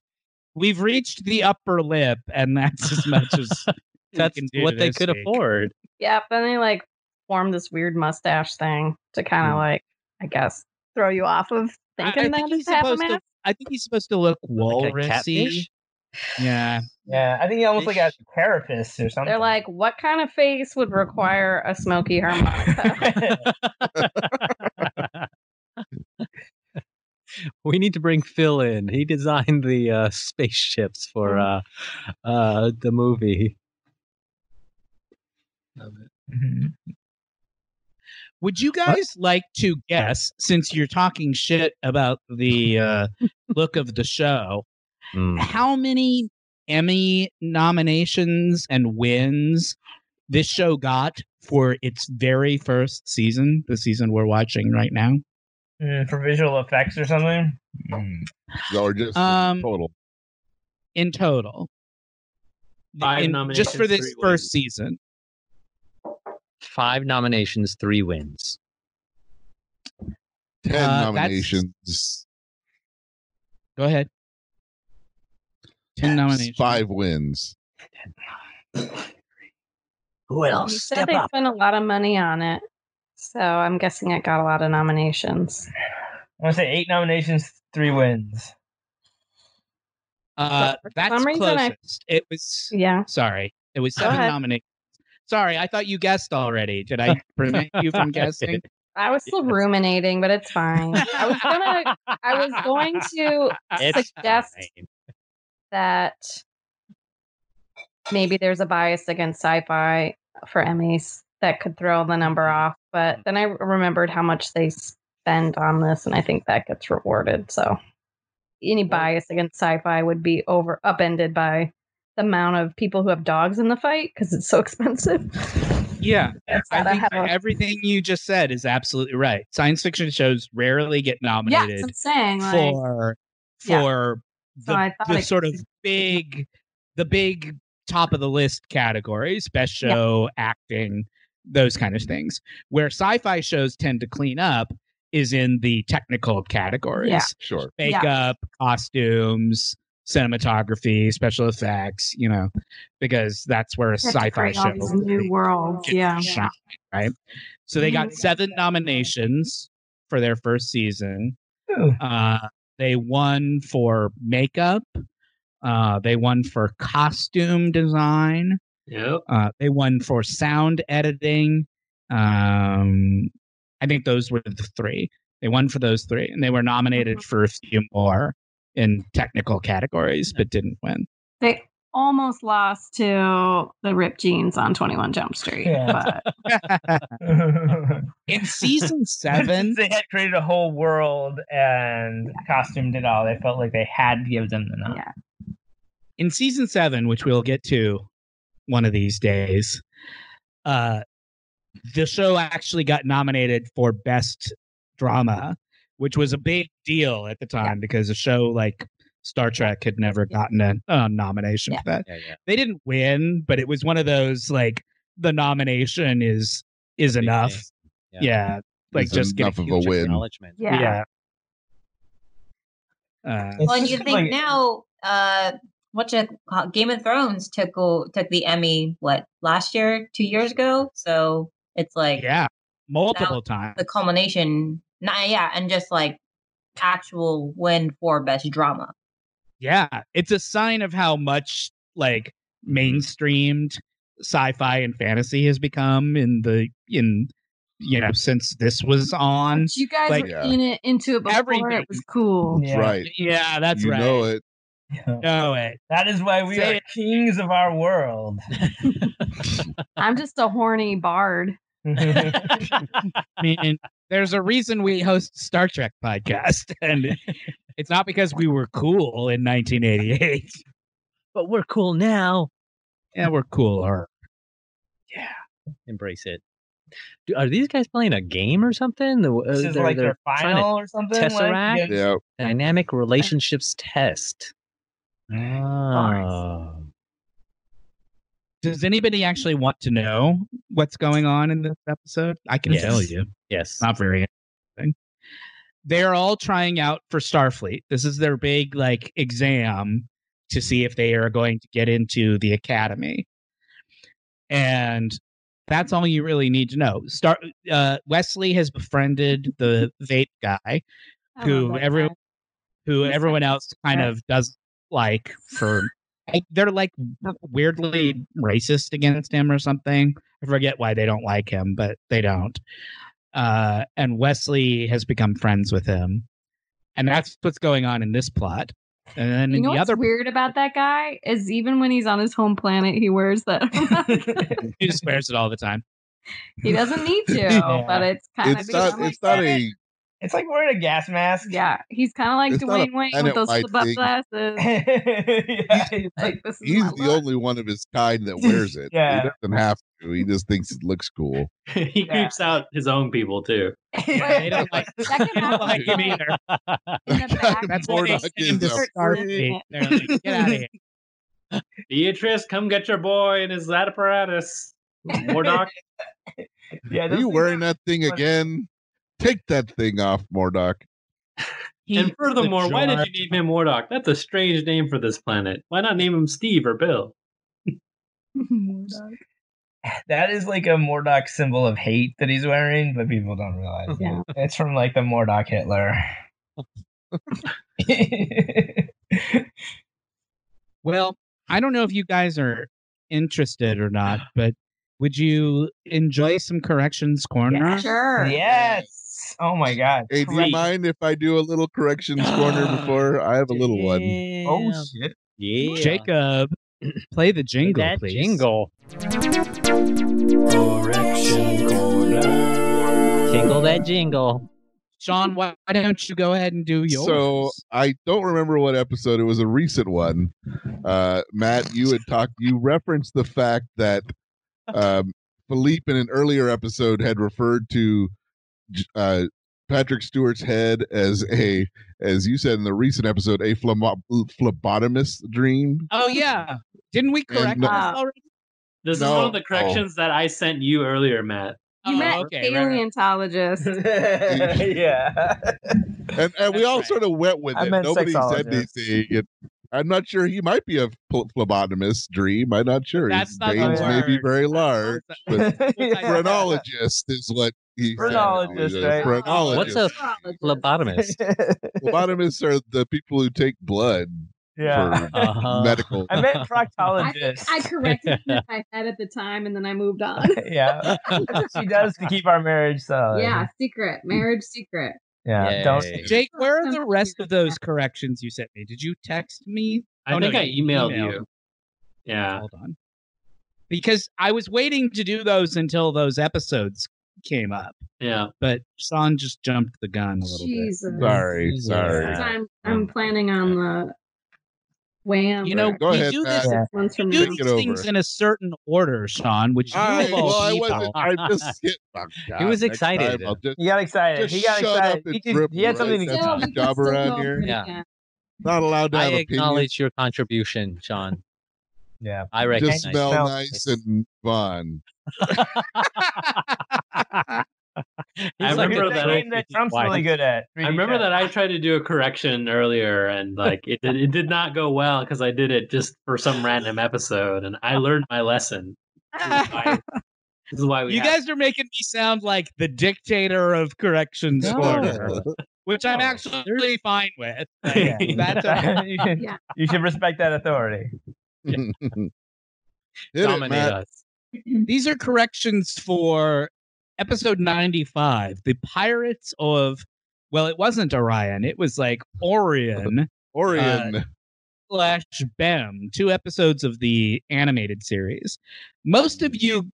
B: We've reached the upper lip, and that's as much as we
F: That's
B: can do
F: what they
B: this
F: could
B: week.
F: afford.
E: Yep. Then they like form this weird mustache thing to kind of like, I guess, throw you off of
B: Mm. I, I
E: thinking
B: think
E: that
B: he's
E: it's half a
B: supposed to.
E: mask.
B: I think he's supposed to look
F: Like a
B: walrusy.
F: catfish?
B: yeah,
D: Yeah, I think he almost like a carapace or something.
E: They're like, what kind of face would require a smoky harmonica?
F: we need to bring Phil in. He designed the uh, spaceships for uh, uh, the movie.
D: Mhm.
B: Would you guys like to guess, since you're talking shit about the uh, look of the show, how many Emmy nominations and wins this show got for its very first season, the season we're watching right now?
D: Mm, for visual effects or something.
A: Or just
B: Um,
A: total.
B: In total.
H: Five
B: In- just for
H: nominations,
B: this
H: three
B: first
H: wins.
B: season.
F: Five nominations, three wins.
A: Ten
B: uh, that's-
A: nominations.
B: Go ahead. 10 nominations.
A: Five wins.
F: Who
E: You said they spent a lot of money on it. So I'm guessing it got a lot of nominations.
D: I'm gonna say eight nominations, three wins.
B: Uh,
E: But for
B: that's
E: some reason I-
B: closest. It was.
E: Yeah.
B: Sorry. It was
E: Go
B: seven
E: ahead.
B: nominations. Sorry, I thought you guessed already. Did I prevent you from guessing?
E: I was still ruminating, but it's fine. I was gonna I was going to
F: It's
E: suggest
F: fine.
E: that maybe there's a bias against sci-fi for Emmys that could throw the number
B: Mm-hmm.
E: off, but then I remembered how much they spend on this and I think that gets rewarded. So any bias against sci-fi would be over upended by the amount of people who have dogs in the fight because it's so expensive.
B: Yeah,
E: It's
B: I
E: gotta
B: think
E: have a-
B: everything you just said is absolutely right. Science fiction shows rarely get
E: yeah, that's
B: nominated
E: what I'm saying. Like,
B: for
E: Yeah.
B: for
E: So I
B: the,
E: thought
B: the
E: it-
B: sort of big the big top of the list categories, best
E: Yeah.
B: show, acting, those kind of things. Where sci-fi shows tend to clean up is in the technical categories.
A: Sure.
E: Yeah.
B: makeup, costumes, cinematography, special effects, you know, because that's where a
E: You have to
B: sci-fi
E: create
B: show
E: all these new
B: really
E: worlds.
B: gets
E: Yeah.
B: shine, right? So they got seven nominations for their first season.
D: Ooh.
B: Uh, they won for makeup. Uh, they won for costume design.
H: Yep.
B: Uh, they won for sound editing. Um, I think those were the three. They won for those three, and they were nominated for a few more in technical categories, but didn't win.
E: They almost lost to the ripped jeans on 21 Jump Street.
D: Yeah.
E: But
B: In season seven,
D: they had created a whole world and costumed it all. They felt like they had to give them the nom.
E: yeah.
B: in season seven, which we'll get to one of these days, uh, the show actually got nominated for best drama, which was a big deal at the time because a show like Star Trek had never
E: Yeah.
B: gotten a, a nomination
E: Yeah.
B: for that.
F: Yeah, yeah.
B: They didn't win, but it was one of those like the nomination is is
F: Big
B: enough.
F: thing.
B: Yeah.
F: Yeah.
B: like
A: It's
B: just
A: enough
B: getting
A: of a
B: huge-
A: win.
F: Acknowledgement.
E: Yeah.
B: Uh,
D: It's
G: Well, and
D: just
G: you
D: kinda
G: think
D: like-
G: now, uh, what you call- Game of Thrones took o- took the Emmy what last year, two years ago. So it's like
B: yeah, multiple times.
G: the culmination. Not, yeah, and just like actual win for best drama.
B: Yeah, it's a sign of how much like mainstreamed sci-fi and fantasy has become in the in you know, since this was on.
E: you guys
B: Like-
E: were in it into it before
B: Everybody-
E: it was cool.
A: That's right.
B: Yeah, that's
A: you
B: right.
A: know it.
B: Know it.
D: That is why we
B: Say
D: are
B: it.
D: kings of our world.
E: I'm just a horny bard.
B: I mean, there's a reason we host Star Trek podcast, and it's not because we were cool in 1988.
F: But we're cool now.
B: Yeah, we're cooler.
F: Embrace it. Do, are these guys playing a game or something? The- uh,
D: this is
F: they're-
D: like
F: they're
D: their
F: trying to
D: final or something.
F: Tesseract?
D: Like,
A: Yeah.
F: Dynamic relationships test. Oh.
B: Does anybody actually want to know what's going on in this episode? I can
F: Yes.
B: tell you.
F: Yes.
B: It's not very interesting. They're all trying out for Starfleet. This is their big like exam to see if they are going to get into the academy. And that's all you really need to know. Star uh, Wesley has befriended the vape guy
E: I love
B: who
E: that
B: every
E: guy.
B: who
E: He's
B: everyone
E: so
B: else kind
E: cute.
B: of does like for like, they're like weirdly racist against him or something. I forget why they don't like him, but they don't. Uh, and Wesley has become friends with him, and that's what's going on in this plot. And then
E: You
B: in
E: know
B: the
E: what's
B: other
E: weird about that guy is even when he's on his home planet, he wears that.
B: he just wears it all the time.
E: he doesn't need to,
D: Yeah.
E: but it's kind of
A: It's not. It's not a.
D: it's like wearing a gas mask.
E: yeah. He's kind of like
A: It's not a
E: Dwayne Wayne with those
A: planet-wide
E: flip up
A: thing.
E: glasses.
D: yeah, he's like,
E: Like this is
A: He's
E: my
A: the
E: look.
A: only one of his kind that wears it.
D: Yeah.
A: He doesn't have to. He just thinks it looks cool.
H: he
D: Yeah.
H: creeps out his own people too.
B: They don't like,
E: Second
B: they don't
E: half
B: like
E: is
B: him
E: like-
B: either.
E: In the back,
B: That's
E: like,
B: why they
A: Murdoch
B: sent him
A: is uh,
B: to
A: a
B: Starfleet. They're like, get out of here.
H: Beatrice, come get your boy and his apparatus. Mordok.
D: yeah,
A: Are
D: those
A: you
D: things
A: wearing
D: are-
A: that thing
D: funny.
A: again? Take that thing off, Mordock.
B: He-
H: and furthermore,
B: the
H: why did
B: jar-
H: you name him Mordok? That's a strange name for this planet. Why not name him Steve or Bill?
E: Murdoch.
D: That is like a Mordok symbol of hate that he's wearing, but people don't realize. it.
E: Yeah.
D: It's from like the Mordok Hitler.
B: Well, I don't know if you guys are interested or not, but would you enjoy some corrections corner?
G: Sure.
D: yes. Oh my god.
A: Hey, do you
H: Great.
A: mind if I do a little corrections corner before? I have a little one.
D: Oh shit.
F: yeah.
B: Jacob, play the jingle,
F: that
B: please.
F: jingle.
H: Correction corner.
F: Jingle that jingle.
B: Sean, why why don't you go ahead and do yours?
A: So I don't remember what episode. It was a recent one. Uh, Matt, you had talked. You referenced the fact that um, Philippe in an earlier episode had referred to J- uh, Patrick Stewart's head as a, as you said in the recent episode, a phlebo- phlebotomist dream.
B: oh yeah, didn't we
A: And,
B: correct this
A: uh,
E: Oh,
B: already?
H: This is
A: No.
H: one of the corrections that I sent you earlier, Matt.
E: You
B: Oh,
E: met
B: okay, right, right.
E: paleontologists.
D: yeah.
A: And, and we
B: That's
A: all
B: right.
A: sort of went with
D: I
A: it.
D: meant
A: Nobody said
D: sexologist.
A: anything. And I'm not sure he might be a phl- phlebotomist dream. I'm not sure. His
B: That's not the
A: veins may be
B: word.
A: very large, but
B: Yeah.
A: phrenologist is what he said.
D: Phrenologist,
A: He's a
D: right?
A: Phrenologist.
F: What's a phlebotomist?
A: phlebotomists are the people who take blood
D: yeah. Uh,
A: for
F: Uh-huh.
A: medical.
D: I meant
E: I,
D: proctologist.
E: I corrected him in my head at the time and then I moved on.
D: yeah. That's what she does to keep our marriage solid.
E: yeah, secret. Marriage secret.
D: Yeah. Don't
F: Yay.
B: Jake, where are the rest of those corrections you sent me? Did you text me?
H: I
B: Oh, no,
H: think I
B: you
H: emailed,
B: emailed.
H: you. Yeah.
B: Hold on, because I was waiting to do those until those episodes came up,
H: Yeah.
B: but Sean just jumped the gun a little bit.
E: Jesus.
A: Sorry,
F: Jesus.
A: sorry.
E: Since I'm, I'm planning on the wham.
B: You know,
A: Go
B: we
A: ahead,
B: do
A: Matt.
B: this.
D: Yeah.
E: ones from
B: Do
A: Take
E: now.
A: it
B: these things
A: over.
B: in a certain order, Sean, which you
A: I,
B: have all
A: well, I
B: beat
A: wasn't.
B: on.
A: I just hit. Oh, God,
F: was
A: next time
F: excited.
A: I'll just-
D: He got excited.
A: Just
D: he got
A: shut
D: excited.
A: up and
D: he, could-
A: drip
D: he had something
A: right
D: to
A: That's
E: Still,
A: the
E: we can
A: job
E: still
A: around
E: go
A: here.
E: over it
F: Yeah.
E: again.
A: not allowed to
F: I
A: have opinions.
F: acknowledge your contribution, Sean.
D: Yeah.
F: I
A: Just
F: recognize.
A: smell
D: Smell
A: nice and fun.
F: He's
H: I
F: like,
H: remember
F: "It's
H: that
F: a
D: game that
F: great
D: Trump's
F: wife."
D: really good at.
H: I remember that I tried to do a correction earlier and like it did, it did not go well because I did it just for some random episode and I learned my lesson. This is why, this is why we
B: you
H: have-
B: guys are making me sound like the dictator of corrections
F: No.
B: corner, which I'm
F: No.
B: actually fine with.
H: Yeah.
B: That's a,
E: Yeah.
D: You should respect that authority.
A: Hit it,
H: dominate
A: Matt.
H: us.
B: these are corrections for episode 95, the pirates of, well, it wasn't Orion. It was like Orion
A: Orion.
B: slash Bem, two episodes of the animated series. Most of you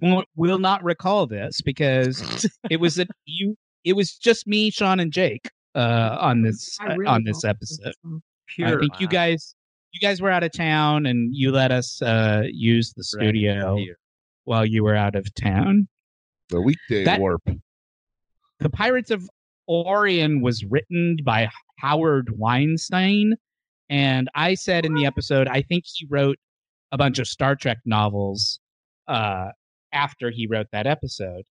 B: won't, will not recall this because it was that you, it was just me, Sean, and Jake uh, on this
E: I really
B: on this
E: don't-
B: episode. I think you guys you guys were out of town and you let us uh, use the studio while you were out of town.
A: the weekday
B: That-
A: warp.
B: The Pirates of Orion was written by Howard Weinstein. And I said in the episode, I think he wrote a bunch of Star Trek novels uh, after he wrote that episode.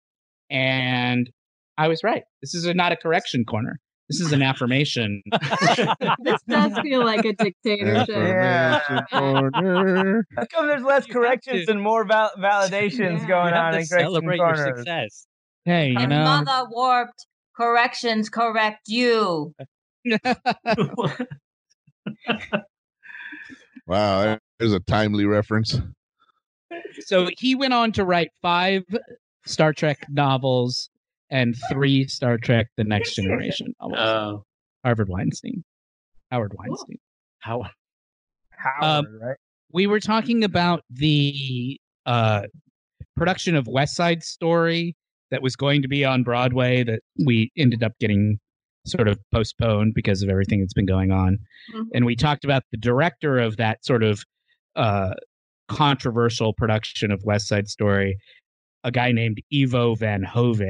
B: And I was right. This is a, not a correction corner. This is an affirmation.
E: This does feel like a dictatorship.
A: Affirmation corner.
D: How come there's less
B: You have
D: corrections
B: to-
D: and more val- validations
E: Yeah.
D: going
F: You have
D: on
F: to
D: in
F: celebrate
D: Correction
F: your
D: Corners?
F: success.
B: hey, you
G: Your
B: know.
G: mother warped. Corrections correct you.
A: Wow, there's a timely reference.
B: so he went on to write five Star Trek novels and three Star Trek: The Next Generation novels.
H: Uh,
B: Harvard Weinstein, Howard Weinstein.
F: How
D: Howard, right?
B: We were talking about the uh, production of West Side Story that was going to be on Broadway that we ended up getting sort of postponed because of everything that's been going on.
E: Mhm.
B: And we talked about the director of that sort of uh, controversial production of West Side Story, a guy named Ivo Van Hove.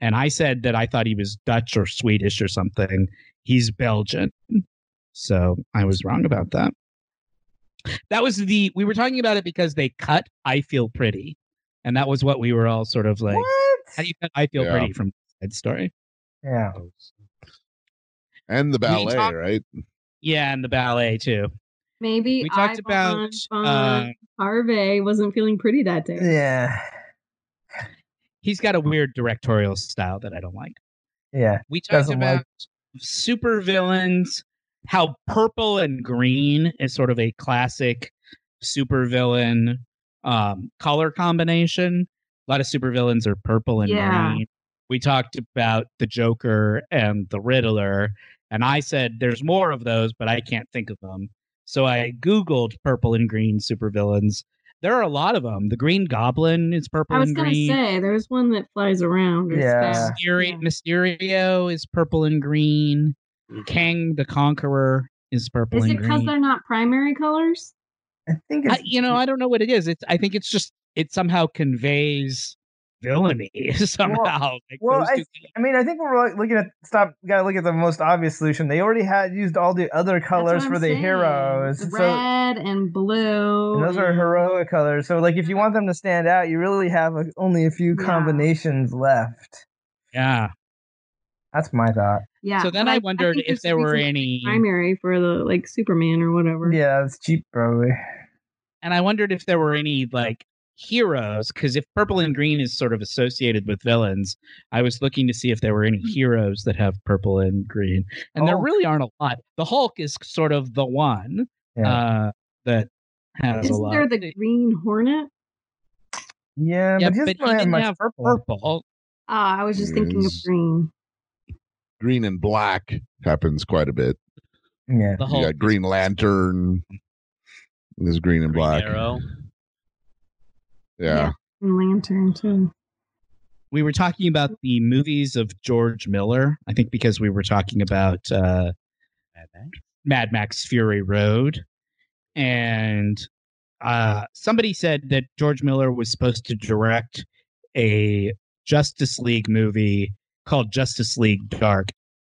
B: And I said that I thought he was Dutch or Swedish or something. He's Belgian. So I was wrong about that. That was the, we were talking about it because they cut I Feel Pretty. And that was what we were all sort of like, how
D: what?
B: do you cut I Feel
A: Yeah.
B: Pretty from West Side Story?
D: Yeah.
A: And the
B: We
A: ballet,
B: talked-
A: right?
B: Yeah, and the ballet too.
E: Maybe
B: We talked
E: Ivan
B: about
E: von
B: uh,
E: Harvey wasn't feeling pretty that day.
D: Yeah.
B: he's got a weird directorial style that I don't like.
D: Yeah.
B: We talked
D: Doesn't
B: about
D: like-
B: super villains, how purple and green is sort of a classic supervillain um, color combination. A lot of supervillains are purple and
E: Yeah.
B: green. We talked about the Joker and the Riddler, and I said there's more of those, but I can't think of them. So I Googled purple and green supervillains. There are a lot of them. The Green Goblin is purple
E: I was
B: and
E: gonna
B: green.
E: say there's one that flies around. It's
D: Yeah.
E: fast.
B: Mysterio,
E: Yeah.
B: Mysterio is purple and green.
D: Mm-hmm.
B: Kang the Conqueror is purple
E: Is
B: and
E: it because
B: green.
E: they're not primary colors?
D: I think it's
B: I, you know, I don't know what it is. It's I think it's just it somehow conveys villainy somehow. Like,
D: well,
B: those
D: I-
B: two
D: I mean, I think we're like, looking at stop. Got to look at the most obvious solution. They already had used all the other
E: That's what
D: colors
E: I'm
D: for the
E: saying.
D: heroes,
E: Red
D: so
E: and blue.
D: and those are
E: and-
D: heroic colors. So, like, if you want them to stand out, you really have like, only a few
E: Yeah.
D: combinations left.
B: yeah.
D: That's my thought.
E: Yeah.
B: So then
E: but
B: I
E: think
B: wondered
E: there
B: if
E: should
B: there
E: be
B: were
E: some
B: any,
E: primary for the like Superman or whatever.
D: Yeah, it's cheap, probably.
B: and I wondered if there were any like heroes because if purple and green is sort of associated with villains, I was looking to see if there were
D: Hmm.
B: any heroes that have purple and green, and there
D: Hulk.
B: really aren't a lot. The Hulk is sort of the one.
D: Yeah,
B: uh, that has a
E: Isn't
B: lot.
E: there the Green Hornet?
D: yeah,
B: yeah,
D: but he
B: but
D: doesn't
B: he
D: really have
B: didn't
D: much
B: have
D: purple.
B: purple.
E: Oh, I was just thinking of
A: Yes.
E: green.
A: Green and black happens quite a bit.
D: Yeah,
B: The
A: You
B: Hulk.
A: got Green Lantern. There's green and
F: Green
A: black.
F: Arrow.
A: Yeah.
E: And Lantern too.
B: We were talking about the movies of George Miller. I think because we were talking about uh, Mad Max Fury Road, and uh, somebody said that George Miller was supposed to direct a Justice League movie called Justice League Dark,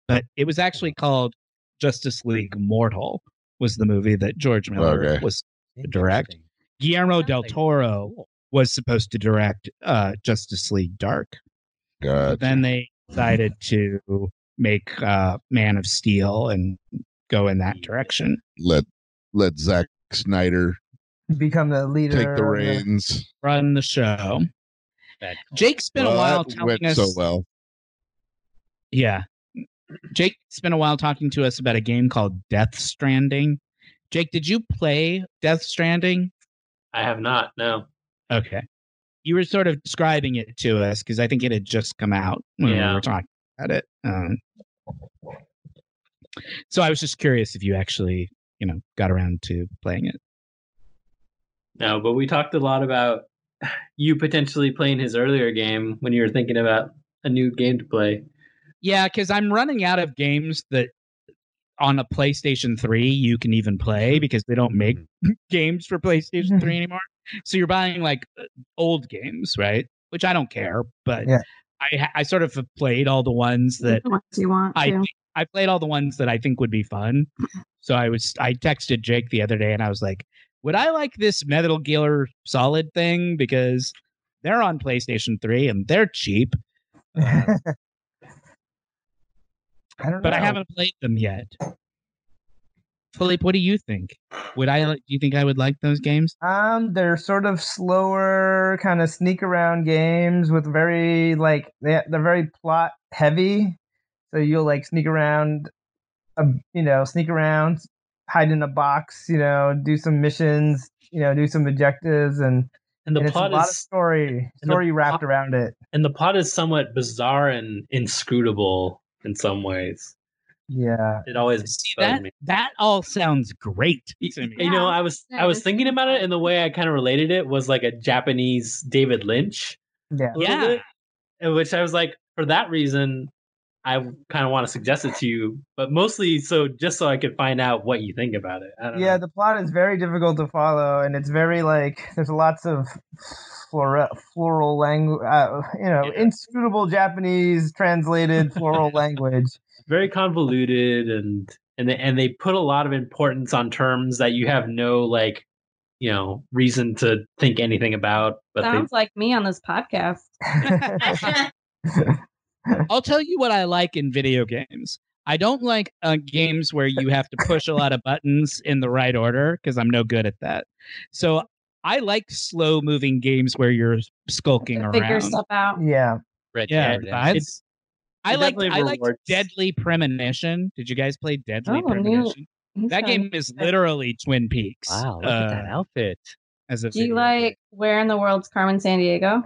B: but it was actually called Justice League Mortal. Was the movie that George Miller
A: Okay.
B: was Direct.
F: Interesting.
B: Guillermo del
F: Sounds like-
B: Toro was supposed to direct uh, Justice League Dark.
A: Gotcha.
B: But then they decided to make uh, Man of Steel and go in that direction.
A: let let Zack Snyder
D: become the leader.
A: take the
D: of
A: reins.
B: Run the show.
F: Bad call.
B: Jake's been
A: Well,
B: a while
A: that
B: telling
A: went
B: us.
A: so well.
B: Yeah. Jake spent a while talking to us about a game called Death Stranding. Jake, did you play Death Stranding?
H: I have not. No.
B: Okay. you were sort of describing it to us because I think it had just come out when we
H: Yeah.
B: were talking about it. Um, so I was just curious if you actually, you know, got around to playing it.
H: No, but we talked a lot about you potentially playing his earlier game when you were thinking about a new game to play.
B: Yeah, because I'm running out of games that on a PlayStation 3 you can even play because they don't make games for PlayStation 3 anymore. So you're buying like uh, old games, right? Which I don't care, but
D: Yeah.
B: I ha- I sort of have played all the ones that
E: What do you want?
B: I
E: to?
B: think- I played all the ones that I think would be fun. So I was I texted Jake the other day and I was like, "Would I like this Metal Gear Solid thing because they're on PlayStation 3 and they're cheap,
H: Uh-huh.
D: I don't know.
B: but I haven't played them yet." Philippe, what do you think? Would I like do you think I would like those games?
D: Um, they're sort of slower, kind of sneak around games with very like they they're very plot heavy. So you'll like sneak around, um, you know, sneak around, hide in a box, you know, do some missions, you know, do some objectives, and,
H: And the
D: and it's a
H: plot
D: lot of
H: is
D: story
H: the
D: story wrapped
H: plot-
D: around it.
H: and the plot is somewhat bizarre and inscrutable in some ways.
D: Yeah,
H: It always
B: See
H: bugged
B: that
H: me.
B: that all sounds great to me.
H: You know, I was
G: Yeah,
H: I was
G: this-
H: thinking about it, and the way I kind of related it was like a Japanese David Lynch,
D: yeah.
H: a little
B: Yeah.
H: bit, in which I was like, for that reason, I kind of want to suggest it to you, but mostly so just so I could find out what you think about it. I don't
D: yeah
H: know.
D: the plot is very difficult to follow and it's very like there's lots of flora, floral language uh, you know
H: Yeah.
D: inscrutable japanese translated floral language
H: very convoluted and and they, and they put a lot of importance on terms that you have no like you know reason to think anything about but
E: Sounds like me on this podcast.
B: I'll tell you what I like in video games. I don't like uh, games where you have to push a lot of buttons in the right order because I'm no good at that. So I like slow moving games where you're skulking
E: To
B: around.
E: Figure stuff out.
D: yeah
F: Red
B: Yeah,
F: Dead
B: I,
F: Redemption.
B: I
H: it
B: like
H: definitely
B: I like
H: rewards-
B: Deadly Premonition. Did you guys play Deadly
E: Oh, new-
B: Premonition?
E: He's
B: That
E: got-
B: game is literally Twin Peaks.
F: Wow, look at that
B: uh,
F: outfit.
B: As a
E: Do you
B: video
E: like
B: game.
E: Where in the World's Carmen San Diego?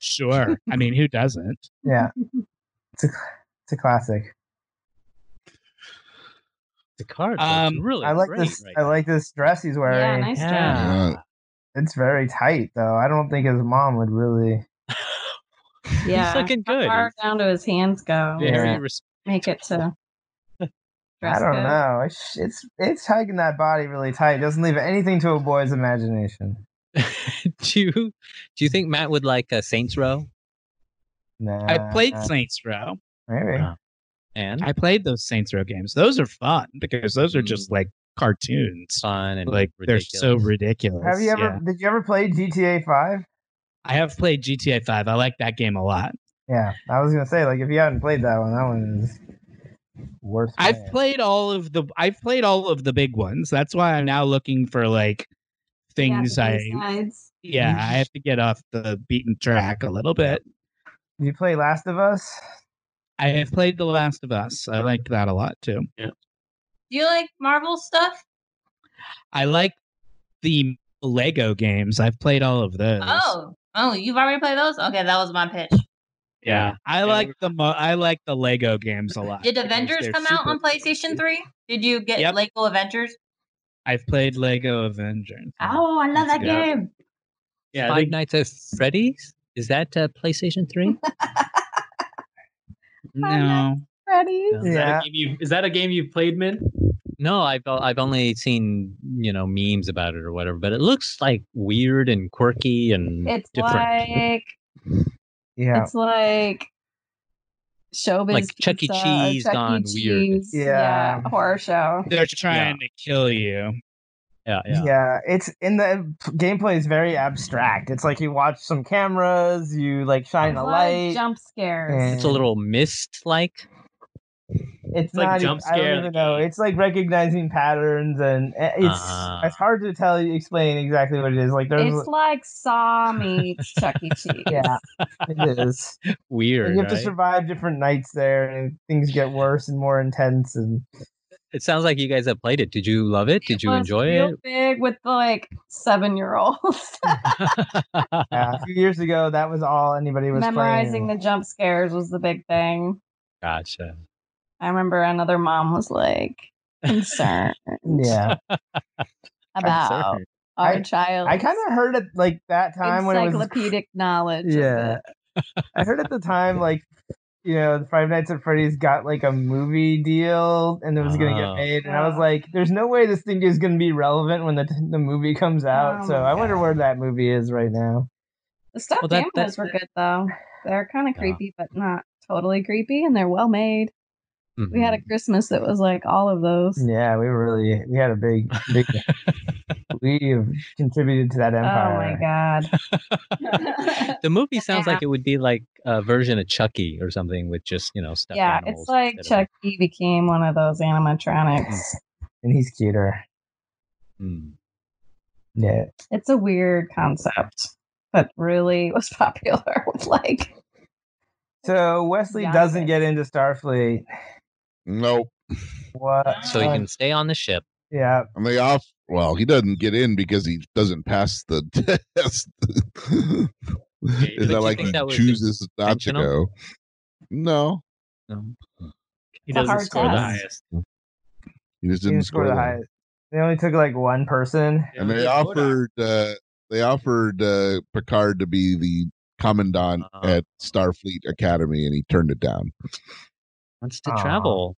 B: Sure. I mean, who doesn't?
D: yeah it's a, it's a classic
F: The card
B: Um,
F: looks really
D: i like
F: great
D: this
F: right
D: i
F: now.
D: like this dress he's
E: Yeah,
D: wearing
E: nice job.
F: Yeah.
D: it's very tight though i don't think his mom would really
E: Yeah.
F: looking
E: How
F: good.
E: far down to his hands go?
D: Yeah.
F: Very res-
E: Make it to.
D: i
E: dress
D: don't
E: code?
D: know it's it's it's hugging that body really tight doesn't leave anything to a boy's imagination
F: do you do you think Matt would like a Saints Row?
D: nah,
B: I played Saints Row.
D: maybe
F: Uh, And
B: I played those Saints Row games. Those are fun because those are just
F: Mm.
B: like cartoons.
F: fun and
B: Like
F: ridiculous.
B: they're so ridiculous.
D: have you ever
B: Yeah.
D: did you ever play gta 5
B: I have played GTA Five. I like that game a lot.
D: Yeah, I was gonna say like if you haven't played that one, that one is worth.
B: I've
D: playing.
B: played all of the. I've played all of the big ones. That's why I'm now looking for like
E: Yeah,
B: things
E: the
B: I.
E: B-sides.
B: Yeah, I have to get off the beaten track a little bit.
D: Did you play Last of Us?
B: I have played The Last of Us. I liked that a lot too.
G: Do you like Marvel stuff?
B: I like the Lego games. I've played all of those.
G: Oh, oh, you've already played those. Okay, that was my pitch.
H: yeah
B: I like the mo- I like the Lego games a lot.
G: Did
B: because
G: Avengers
B: they're
G: come out
B: super
G: on PlayStation
B: easy.
G: Three? Did you get
B: Yep.
G: Lego Avengers?
B: I've played Lego Avengers.
G: Oh, I love
B: That's
G: that
B: good.
G: game.
H: yeah I
F: Five
H: think-
F: Nights at Freddy's. Is that uh, PlayStation Three?
E: Oh,
B: No,
E: Ready?
F: No.
H: is,
D: Yeah.
H: that a game you, is that a game you've played min
F: No, I've o- I've only seen you know memes about it or whatever, but it looks like weird and quirky and
E: It's
F: different,
E: like
D: Yeah,
E: it's like showbiz,
F: Like Chuck E.
E: pizza or
F: Cheese
E: Chuck E.
F: gone weird.
E: Cheese,
D: Yeah.
E: horror show.
B: they're trying to kill you.
F: yeah,
D: yeah.
F: yeah.
D: It's in the gameplay is very abstract. It's like you watch some cameras, you like shine
E: A
D: a
E: lot of
D: light.
E: jump scares.
F: It's a little mist like.
D: it's
H: like
D: not. e-
H: jump
D: I
H: scare
D: don't even know. It's like recognizing patterns, and eh, it's
F: Ah.
D: it's hard to tell you explain exactly what it is. Like there's
E: It's like Saw meets Chuck E. Cheese.
D: yeah, it is.
F: Weird.
D: And you have to
F: right?
D: survive different nights there, and things get worse and more intense. And
F: It sounds like you guys have played it. Did you love it? Did you
E: was
F: enjoy
E: real
F: it?
E: Big with like seven year olds.
D: Yeah, a few years ago, that was all anybody was
E: Memorizing
D: playing.
E: the jump scares was the big thing.
F: gotcha.
E: I remember another mom was like concerned
D: yeah,
E: about
F: sorry.
E: our
D: I-
E: child.
D: I kind of heard it like that time when it was
E: encyclopedic knowledge.
D: Yeah.
E: Yeah.
D: I heard at the time, like, you know, Five Nights at Freddy's got like a movie deal and it was going to
F: Oh.
D: get made. And I was
E: Yeah.
D: like, there's no way this thing is going to be relevant when the, the movie comes out.
E: Oh
D: so
E: my
D: I wonder
E: God.
D: where that movie is right now.
E: The stuffed
F: Well, that-
E: animals
F: that-
E: were good though. They're kind of
F: Yeah.
E: creepy, but not totally creepy, and they're well made. We had a Christmas that was like all of those.
D: Yeah, we were really, we had a big, big, we have contributed to that empire.
E: Oh my god.
F: Mm-hmm. the movie sounds like it
E: Yeah.
F: would be like a version of Chucky or something with just you know stuffed
E: yeah,
F: animals.
E: it's like
F: instead of-
E: Chucky became one of those animatronics.
D: And he's cuter.
F: Hmm.
D: Yeah.
E: It's a weird concept, but really was popular with like
D: So Wesley
E: Young
D: doesn't
E: kid.
D: get into Starfleet.
A: Nope.
D: What?
F: So he can stay on the ship.
D: Yeah.
A: And they off. Well, he doesn't get in because he doesn't pass the test.
F: But
A: Is
F: you
A: that like
F: think
A: he
F: that was
A: chooses not to
F: intentional?
A: go? No,
F: No.
H: He
E: It's a
H: doesn't
E: hard
H: score the
E: test.
H: highest.
A: he just
D: He
A: didn't
D: didn't
A: score
D: score the
A: that.
D: highest. They only took like one person.
A: and
H: only
A: they
H: did Bodak.
A: offered uh, they offered uh, Picard to be the commandant
F: Uh-huh.
A: at Starfleet Academy, and he turned it down.
F: Wants to
D: Aw.
F: travel.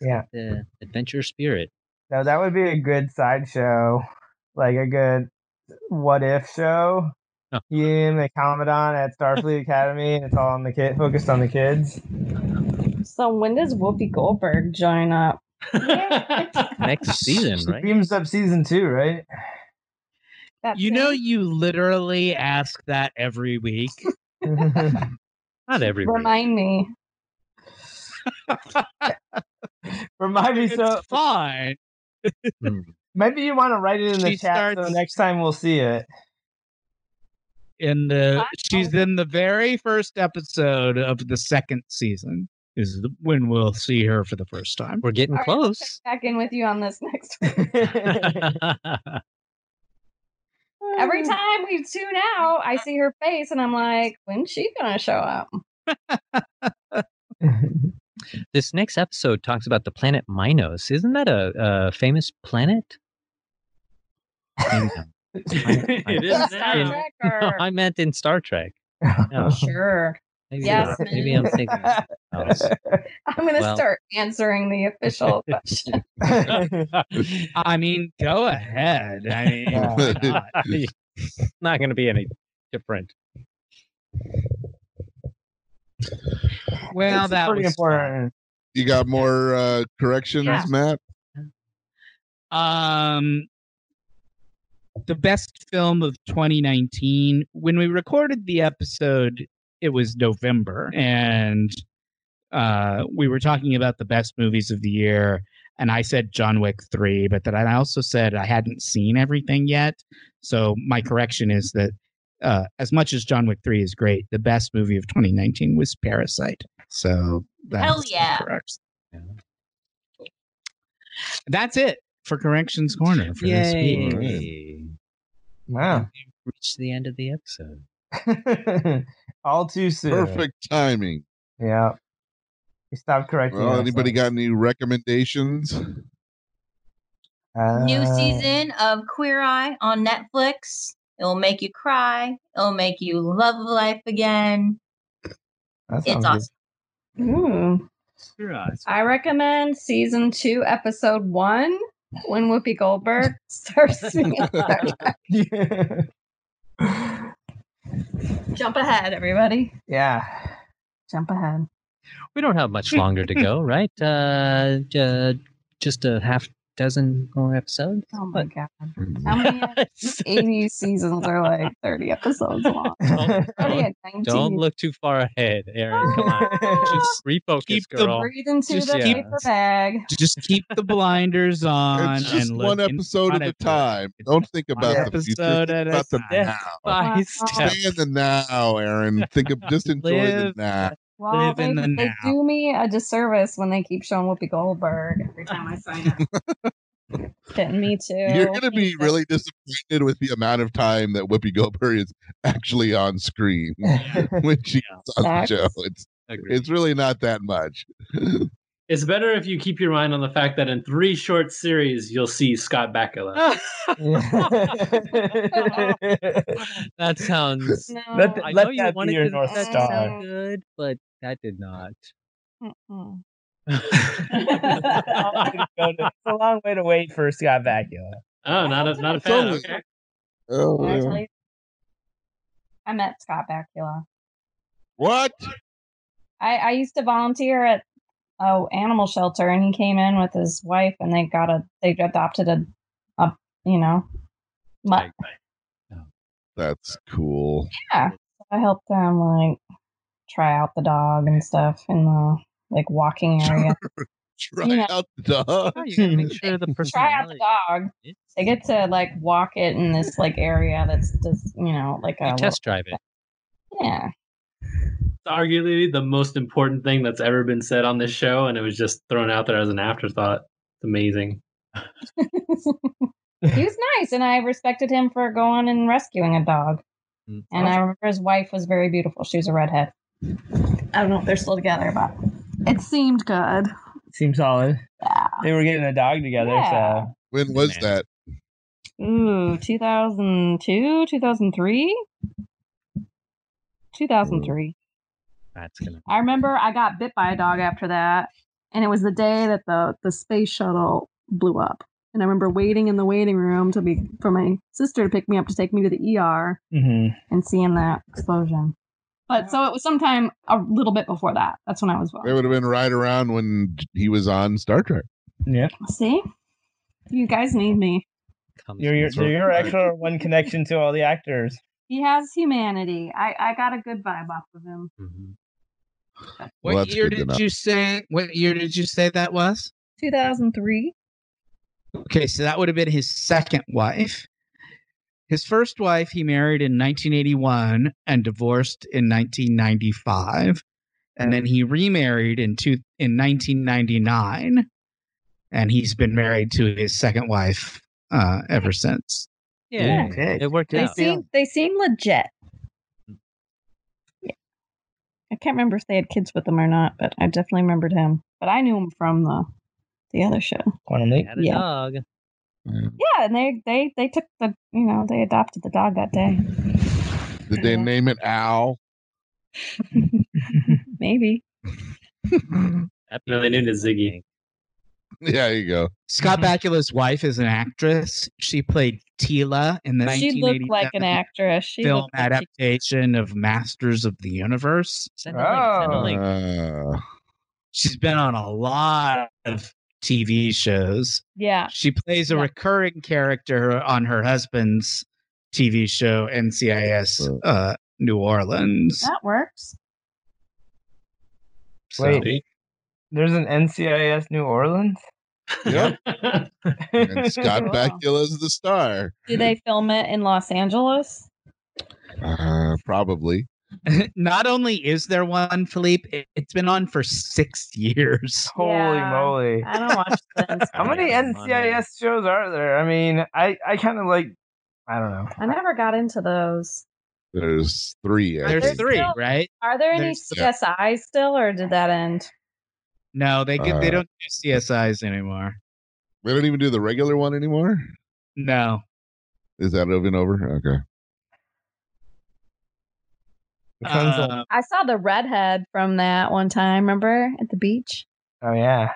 D: Yeah.
F: The adventure spirit.
D: No, that would be a good sideshow, like a good what if show.
F: Oh.
D: Him, the commandant at Starfleet Academy, and it's all on the kid, focused on the kids.
E: So when does Whoopi Goldberg join up?
F: Next season,
D: She
F: right?
D: beams up season two, right?
E: That's
B: You know,
E: it?
B: you literally ask that every week.
F: Not every week.
E: remind me.
D: Remind me, so
B: It's fine. Mm,
F: Hmm.
D: maybe you want to write it in the
B: She
D: chat so
B: starts-
D: next time we'll see it.
B: In the
E: Fine.
B: she's in the very first episode of the second season is the- when we'll see her for the first time.
F: We're getting
E: All right, I'll check
F: close.
E: back in with you on this next week. Every time we tune out, I see her face and I'm like, when's she gonna show up?
F: this next episode talks about the planet Minos. Isn't that a, a famous planet? Maybe not.
H: it is
E: Star
H: now.
E: Trek
F: No,
E: or
F: I meant in Star Trek.
D: Oh,
F: No.
E: sure.
F: Maybe,
E: Yes,
F: maybe I'm thinking of something else.
E: I'm gonna
F: Well-
E: start answering the official question.
B: I mean, go ahead. I mean, why not?
F: Not going to be any different.
B: well,
D: It's
B: that
D: pretty
B: was fun.
D: important.
A: You got more uh, corrections,
E: Yeah.
A: Matt?
B: um the best film of 2019 when we recorded the episode it was november and uh we were talking about the best movies of the year and i said john wick 3 but then i also said i hadn't seen everything yet so my correction is that uh as much as john wick 3 is great the best movie of 2019 was parasite so
G: Hell
B: that's
G: yeah.
B: correct that's it for corrections corner for this week
A: All right.
F: Yay.
D: Wow.
F: Reached the end of the episode.
D: all too soon.
A: Perfect timing.
D: Yeah. We stopped correcting.
A: Well, anybody
D: ourselves.
A: got any recommendations?
G: New
D: Uh,
G: season of Queer Eye on Netflix. It'll make you cry. It'll make you love life again.
D: that sounds
G: It's
D: good.
E: Ooh.
G: awesome.
E: Hmm. I recommend season two, episode one, when Whoopi Goldberg starts singing. Star Trek.
D: yeah.
E: Jump ahead, everybody.
D: Yeah.
E: Jump ahead.
F: We don't have much longer to go, right? Uh, ju- just a half dozen more episodes.
E: Oh my
F: But-
E: god. How many uh,
F: It's-
E: eighty seasons are like thirty episodes long?
F: don't,
E: Already
F: don't,
E: at 19.
F: don't look too far ahead, Aaron. Come on. Just refocus,
B: keep the
F: girl.
E: Breathe into
B: Just
E: the
F: yeah.
E: paper bag.
B: just keep the blinders on
A: it's just
B: and look
A: one
B: in
A: episode
B: front
A: at a
B: of you.
A: time. Don't think
B: One
A: about the future.
B: episode
A: Think
B: at a
A: about the
B: time.
A: now.
F: By
E: Wow.
F: step.
A: Stay in the now, Aaron. Think of just enjoy the
F: Live
A: now.
E: Well,
B: Live
E: they,
B: in the
E: they
B: now.
E: do me a disservice when they keep showing Whoopi Goldberg every time I sign up. Getting me too.
A: You're going to be
E: Hate this.
A: really disappointed with the amount of time that Whoopi Goldberg is actually on screen when she's on the
E: Sucks.
A: show. It's
H: Agreed.
A: it's really not that much.
H: It's better if you keep your mind on the fact that in three short series you'll see Scott Bakula.
F: That sounds.
E: oh, No.
D: Let the-
F: I
D: Let
F: know you
D: that be
F: wanted
D: your
F: to
D: North
F: that
E: Star.
F: sound good, but that did not.
E: Mm-mm.
F: Oh,
D: it's a long way to wait for Scott Bakula.
H: Oh, not a not a
A: It's
H: fan.
A: only-
H: Okay.
A: Oh,
E: Can I
A: yeah.
E: tell you? I met Scott Bakula.
A: What?
E: I, I used to volunteer at oh animal shelter, and he came in with his wife, and they got a they adopted a, a you know, mutt.
A: That's cool.
E: I helped them like try out the dog and stuff in the like walking area.
A: Try
E: You know-
A: out the dog.
F: Oh, you gotta make sure the
E: try out the
F: personality.
E: dog. They get to like walk it in this like area that's just you know like a
F: You test drive it.
E: little- yeah.
H: It's arguably the most important thing that's ever been said on this show, and it was just thrown out there as an afterthought. It's amazing.
E: he was nice, and I respected him for going and rescuing a dog.
F: Mm.
E: And I remember his wife was very beautiful. She was a redhead. I don't know if they're still together, but it seemed good.
D: Seems solid.
E: Yeah.
D: They were getting a dog together,
E: Yeah.
D: so
A: When was that?
E: Ooh, 2002, 2003? 2003.
F: That's gonna.
E: I remember I got bit by a dog after that, and it was the day that the the space shuttle blew up. And I remember waiting in the waiting room to be for my sister to pick me up to take me to the ER
D: hmm
E: and seeing that explosion. But so it was sometime a little bit before that. That's when I was
A: It
E: born.
A: would have been right around when he was on Star Trek.
D: yeah,
E: See, you guys need me.
F: Comes
D: you're your,
A: That's right.
D: you're your extra one connection to all the actors.
E: He has humanity. I I got a good vibe off of him.
D: Mm-hmm.
F: Mhm.
A: Well,
B: what
A: that's good
B: year
A: to
B: did
A: know.
B: you say? What year did you say that was?
E: 2003.
B: Okay, so that would have been his second wife. His first wife he married in 1981 and divorced in 1995, and then he remarried in two in 1999, and he's been married to his second wife uh, ever since.
F: Yeah,
D: Okay.
F: it worked
E: They
F: out.
E: seem they seem legit. Yeah. I can't remember if they had kids with them or not, but I definitely remembered him. But I knew him from the the other show.
D: Quantum Leap.
F: Had a
E: yeah.
F: dog.
E: Yeah, and they they they took the you know they adopted the dog that day.
A: Did they
E: Yeah.
A: name it Al?
E: Maybe
F: That'd be
H: No, they named it Ziggy.
A: Yeah, there you go.
E: Mm-hmm.
B: Scott Bakula's wife is an actress. She played Tila in the
E: she looked like an
B: 1987
E: actress. She
B: film
E: looked like she-
B: adaptation of Masters of the Universe.
F: Send a link. Send a
D: Oh.
F: link.
A: Uh,
B: She's been on a lot of TV shows.
E: yeah.
B: She plays a
E: Yeah.
B: recurring character on her husband's TV show, NCIS
A: Right.
B: uh, New Orleans.
E: That works.
F: So,
D: Wait.
H: See?
D: There's an NCIS New Orleans.
A: Yep. and Scott
E: Cool.
A: Bakula's the star.
E: Do they film it in Los Angeles?
A: Uh, probably.
B: Not only is there one, Philippe, it, it's been on for six years.
D: Holy
E: Yeah.
D: moly!
E: I don't watch things.
D: How
F: Gotta
D: many
F: get the money.
D: NCIS shows are there? I mean, I I kind of like. I don't know.
E: I never got into those.
A: There's three. I
B: There's
A: think.
B: three,
E: still-
B: right?
E: Are there any
B: There's-
A: Yeah.
E: CSI still, or did that end?
B: No, they get,
D: Uh-huh.
A: Uh,
B: they don't do CSIs anymore.
A: They don't even do the regular one anymore.
B: No,
A: Is that over and over? Okay.
D: Which one's the-
B: Uh,
E: I saw the redhead from that one time. Remember at the beach?
D: oh yeah,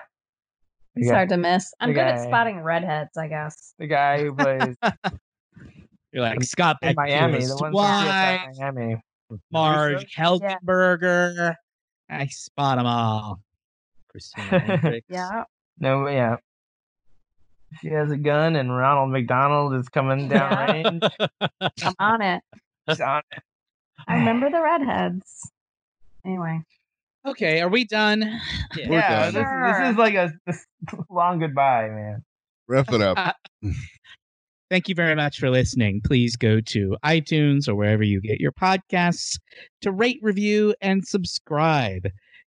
E: It's
D: Yeah.
E: hard to miss. I'm
D: The
E: good at
D: guy-
E: spotting redheads, I guess.
D: the guy who plays
B: you're like Scott
D: in Miami,
B: Bakula's
D: the one from
B: wife,
D: CSI Miami.
B: Marge
E: Yeah.
B: Helgenberger. I spot them all.
F: Christina Hendricks.
E: Yeah.
D: No, yeah. She has a gun, and Ronald McDonald is coming down
E: Yeah.
D: range.
E: I'm on it.
D: He's on
E: I remember the redheads. Anyway.
B: Okay, are we done?
F: Yeah.
A: We're
D: yeah,
A: done.
D: this, this
E: Sure.
D: is like a this long goodbye, man.
A: Rough it up.
B: Thank you very much for listening. Please go to iTunes or wherever you get your podcasts to rate, review, and subscribe.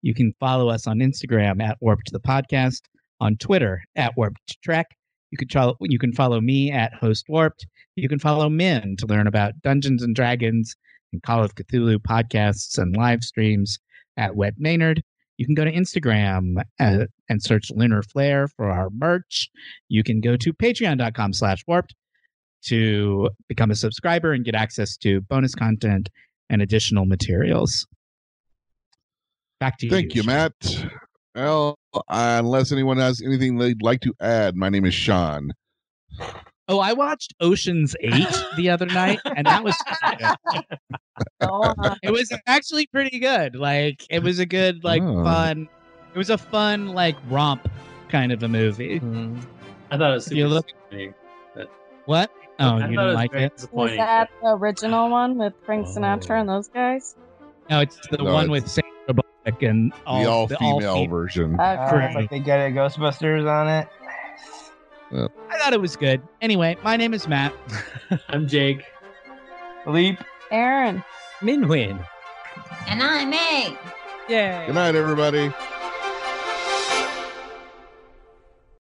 B: You can follow us on Instagram at Warped the Podcast, on Twitter at Warped Trek. You can try, you can follow me at Host Warped. You can follow Min to learn about Dungeons and Dragons and Call of Cthulhu podcasts and live streams at Web Maynard. You can go to Instagram uh, and search Lunar Flare for our merch. You can go to patreon.com slash warped to become a subscriber and get access to bonus content and additional materials. Back to you.
A: Thank you,
B: Sean.
A: Matt. Well, uh, unless anyone has anything they'd like to add, my name is Sean.
B: Oh, I watched Ocean's Eight the other night, and that was
E: Go on.
B: it was actually pretty good. Like it was a good, like
A: Oh.
B: fun. It was a fun, like romp kind of a movie.
F: Mm-hmm.
H: I thought it was super
B: You look-
H: disappointing.
B: What?
H: I
B: Oh,
H: thought
B: you
H: it
B: didn't
H: was
B: like
H: very
B: it?
E: Was
H: disappointing.
E: that the original one with Frank
H: Oh.
E: Sinatra and those guys?
B: No, it's the
A: No,
B: one
A: it's-
B: with Sandra Bullock and all
A: the all
B: the all
A: female
B: fem-
A: version.
E: Okay.
D: Uh, it's like they get a Ghostbusters on it.
B: I thought it was good. Anyway, my name is Matt.
H: I'm Jake.
D: Leap.
E: Aaron.
F: Minwin.
G: And I'm a.
B: Yeah.
A: Good night, everybody.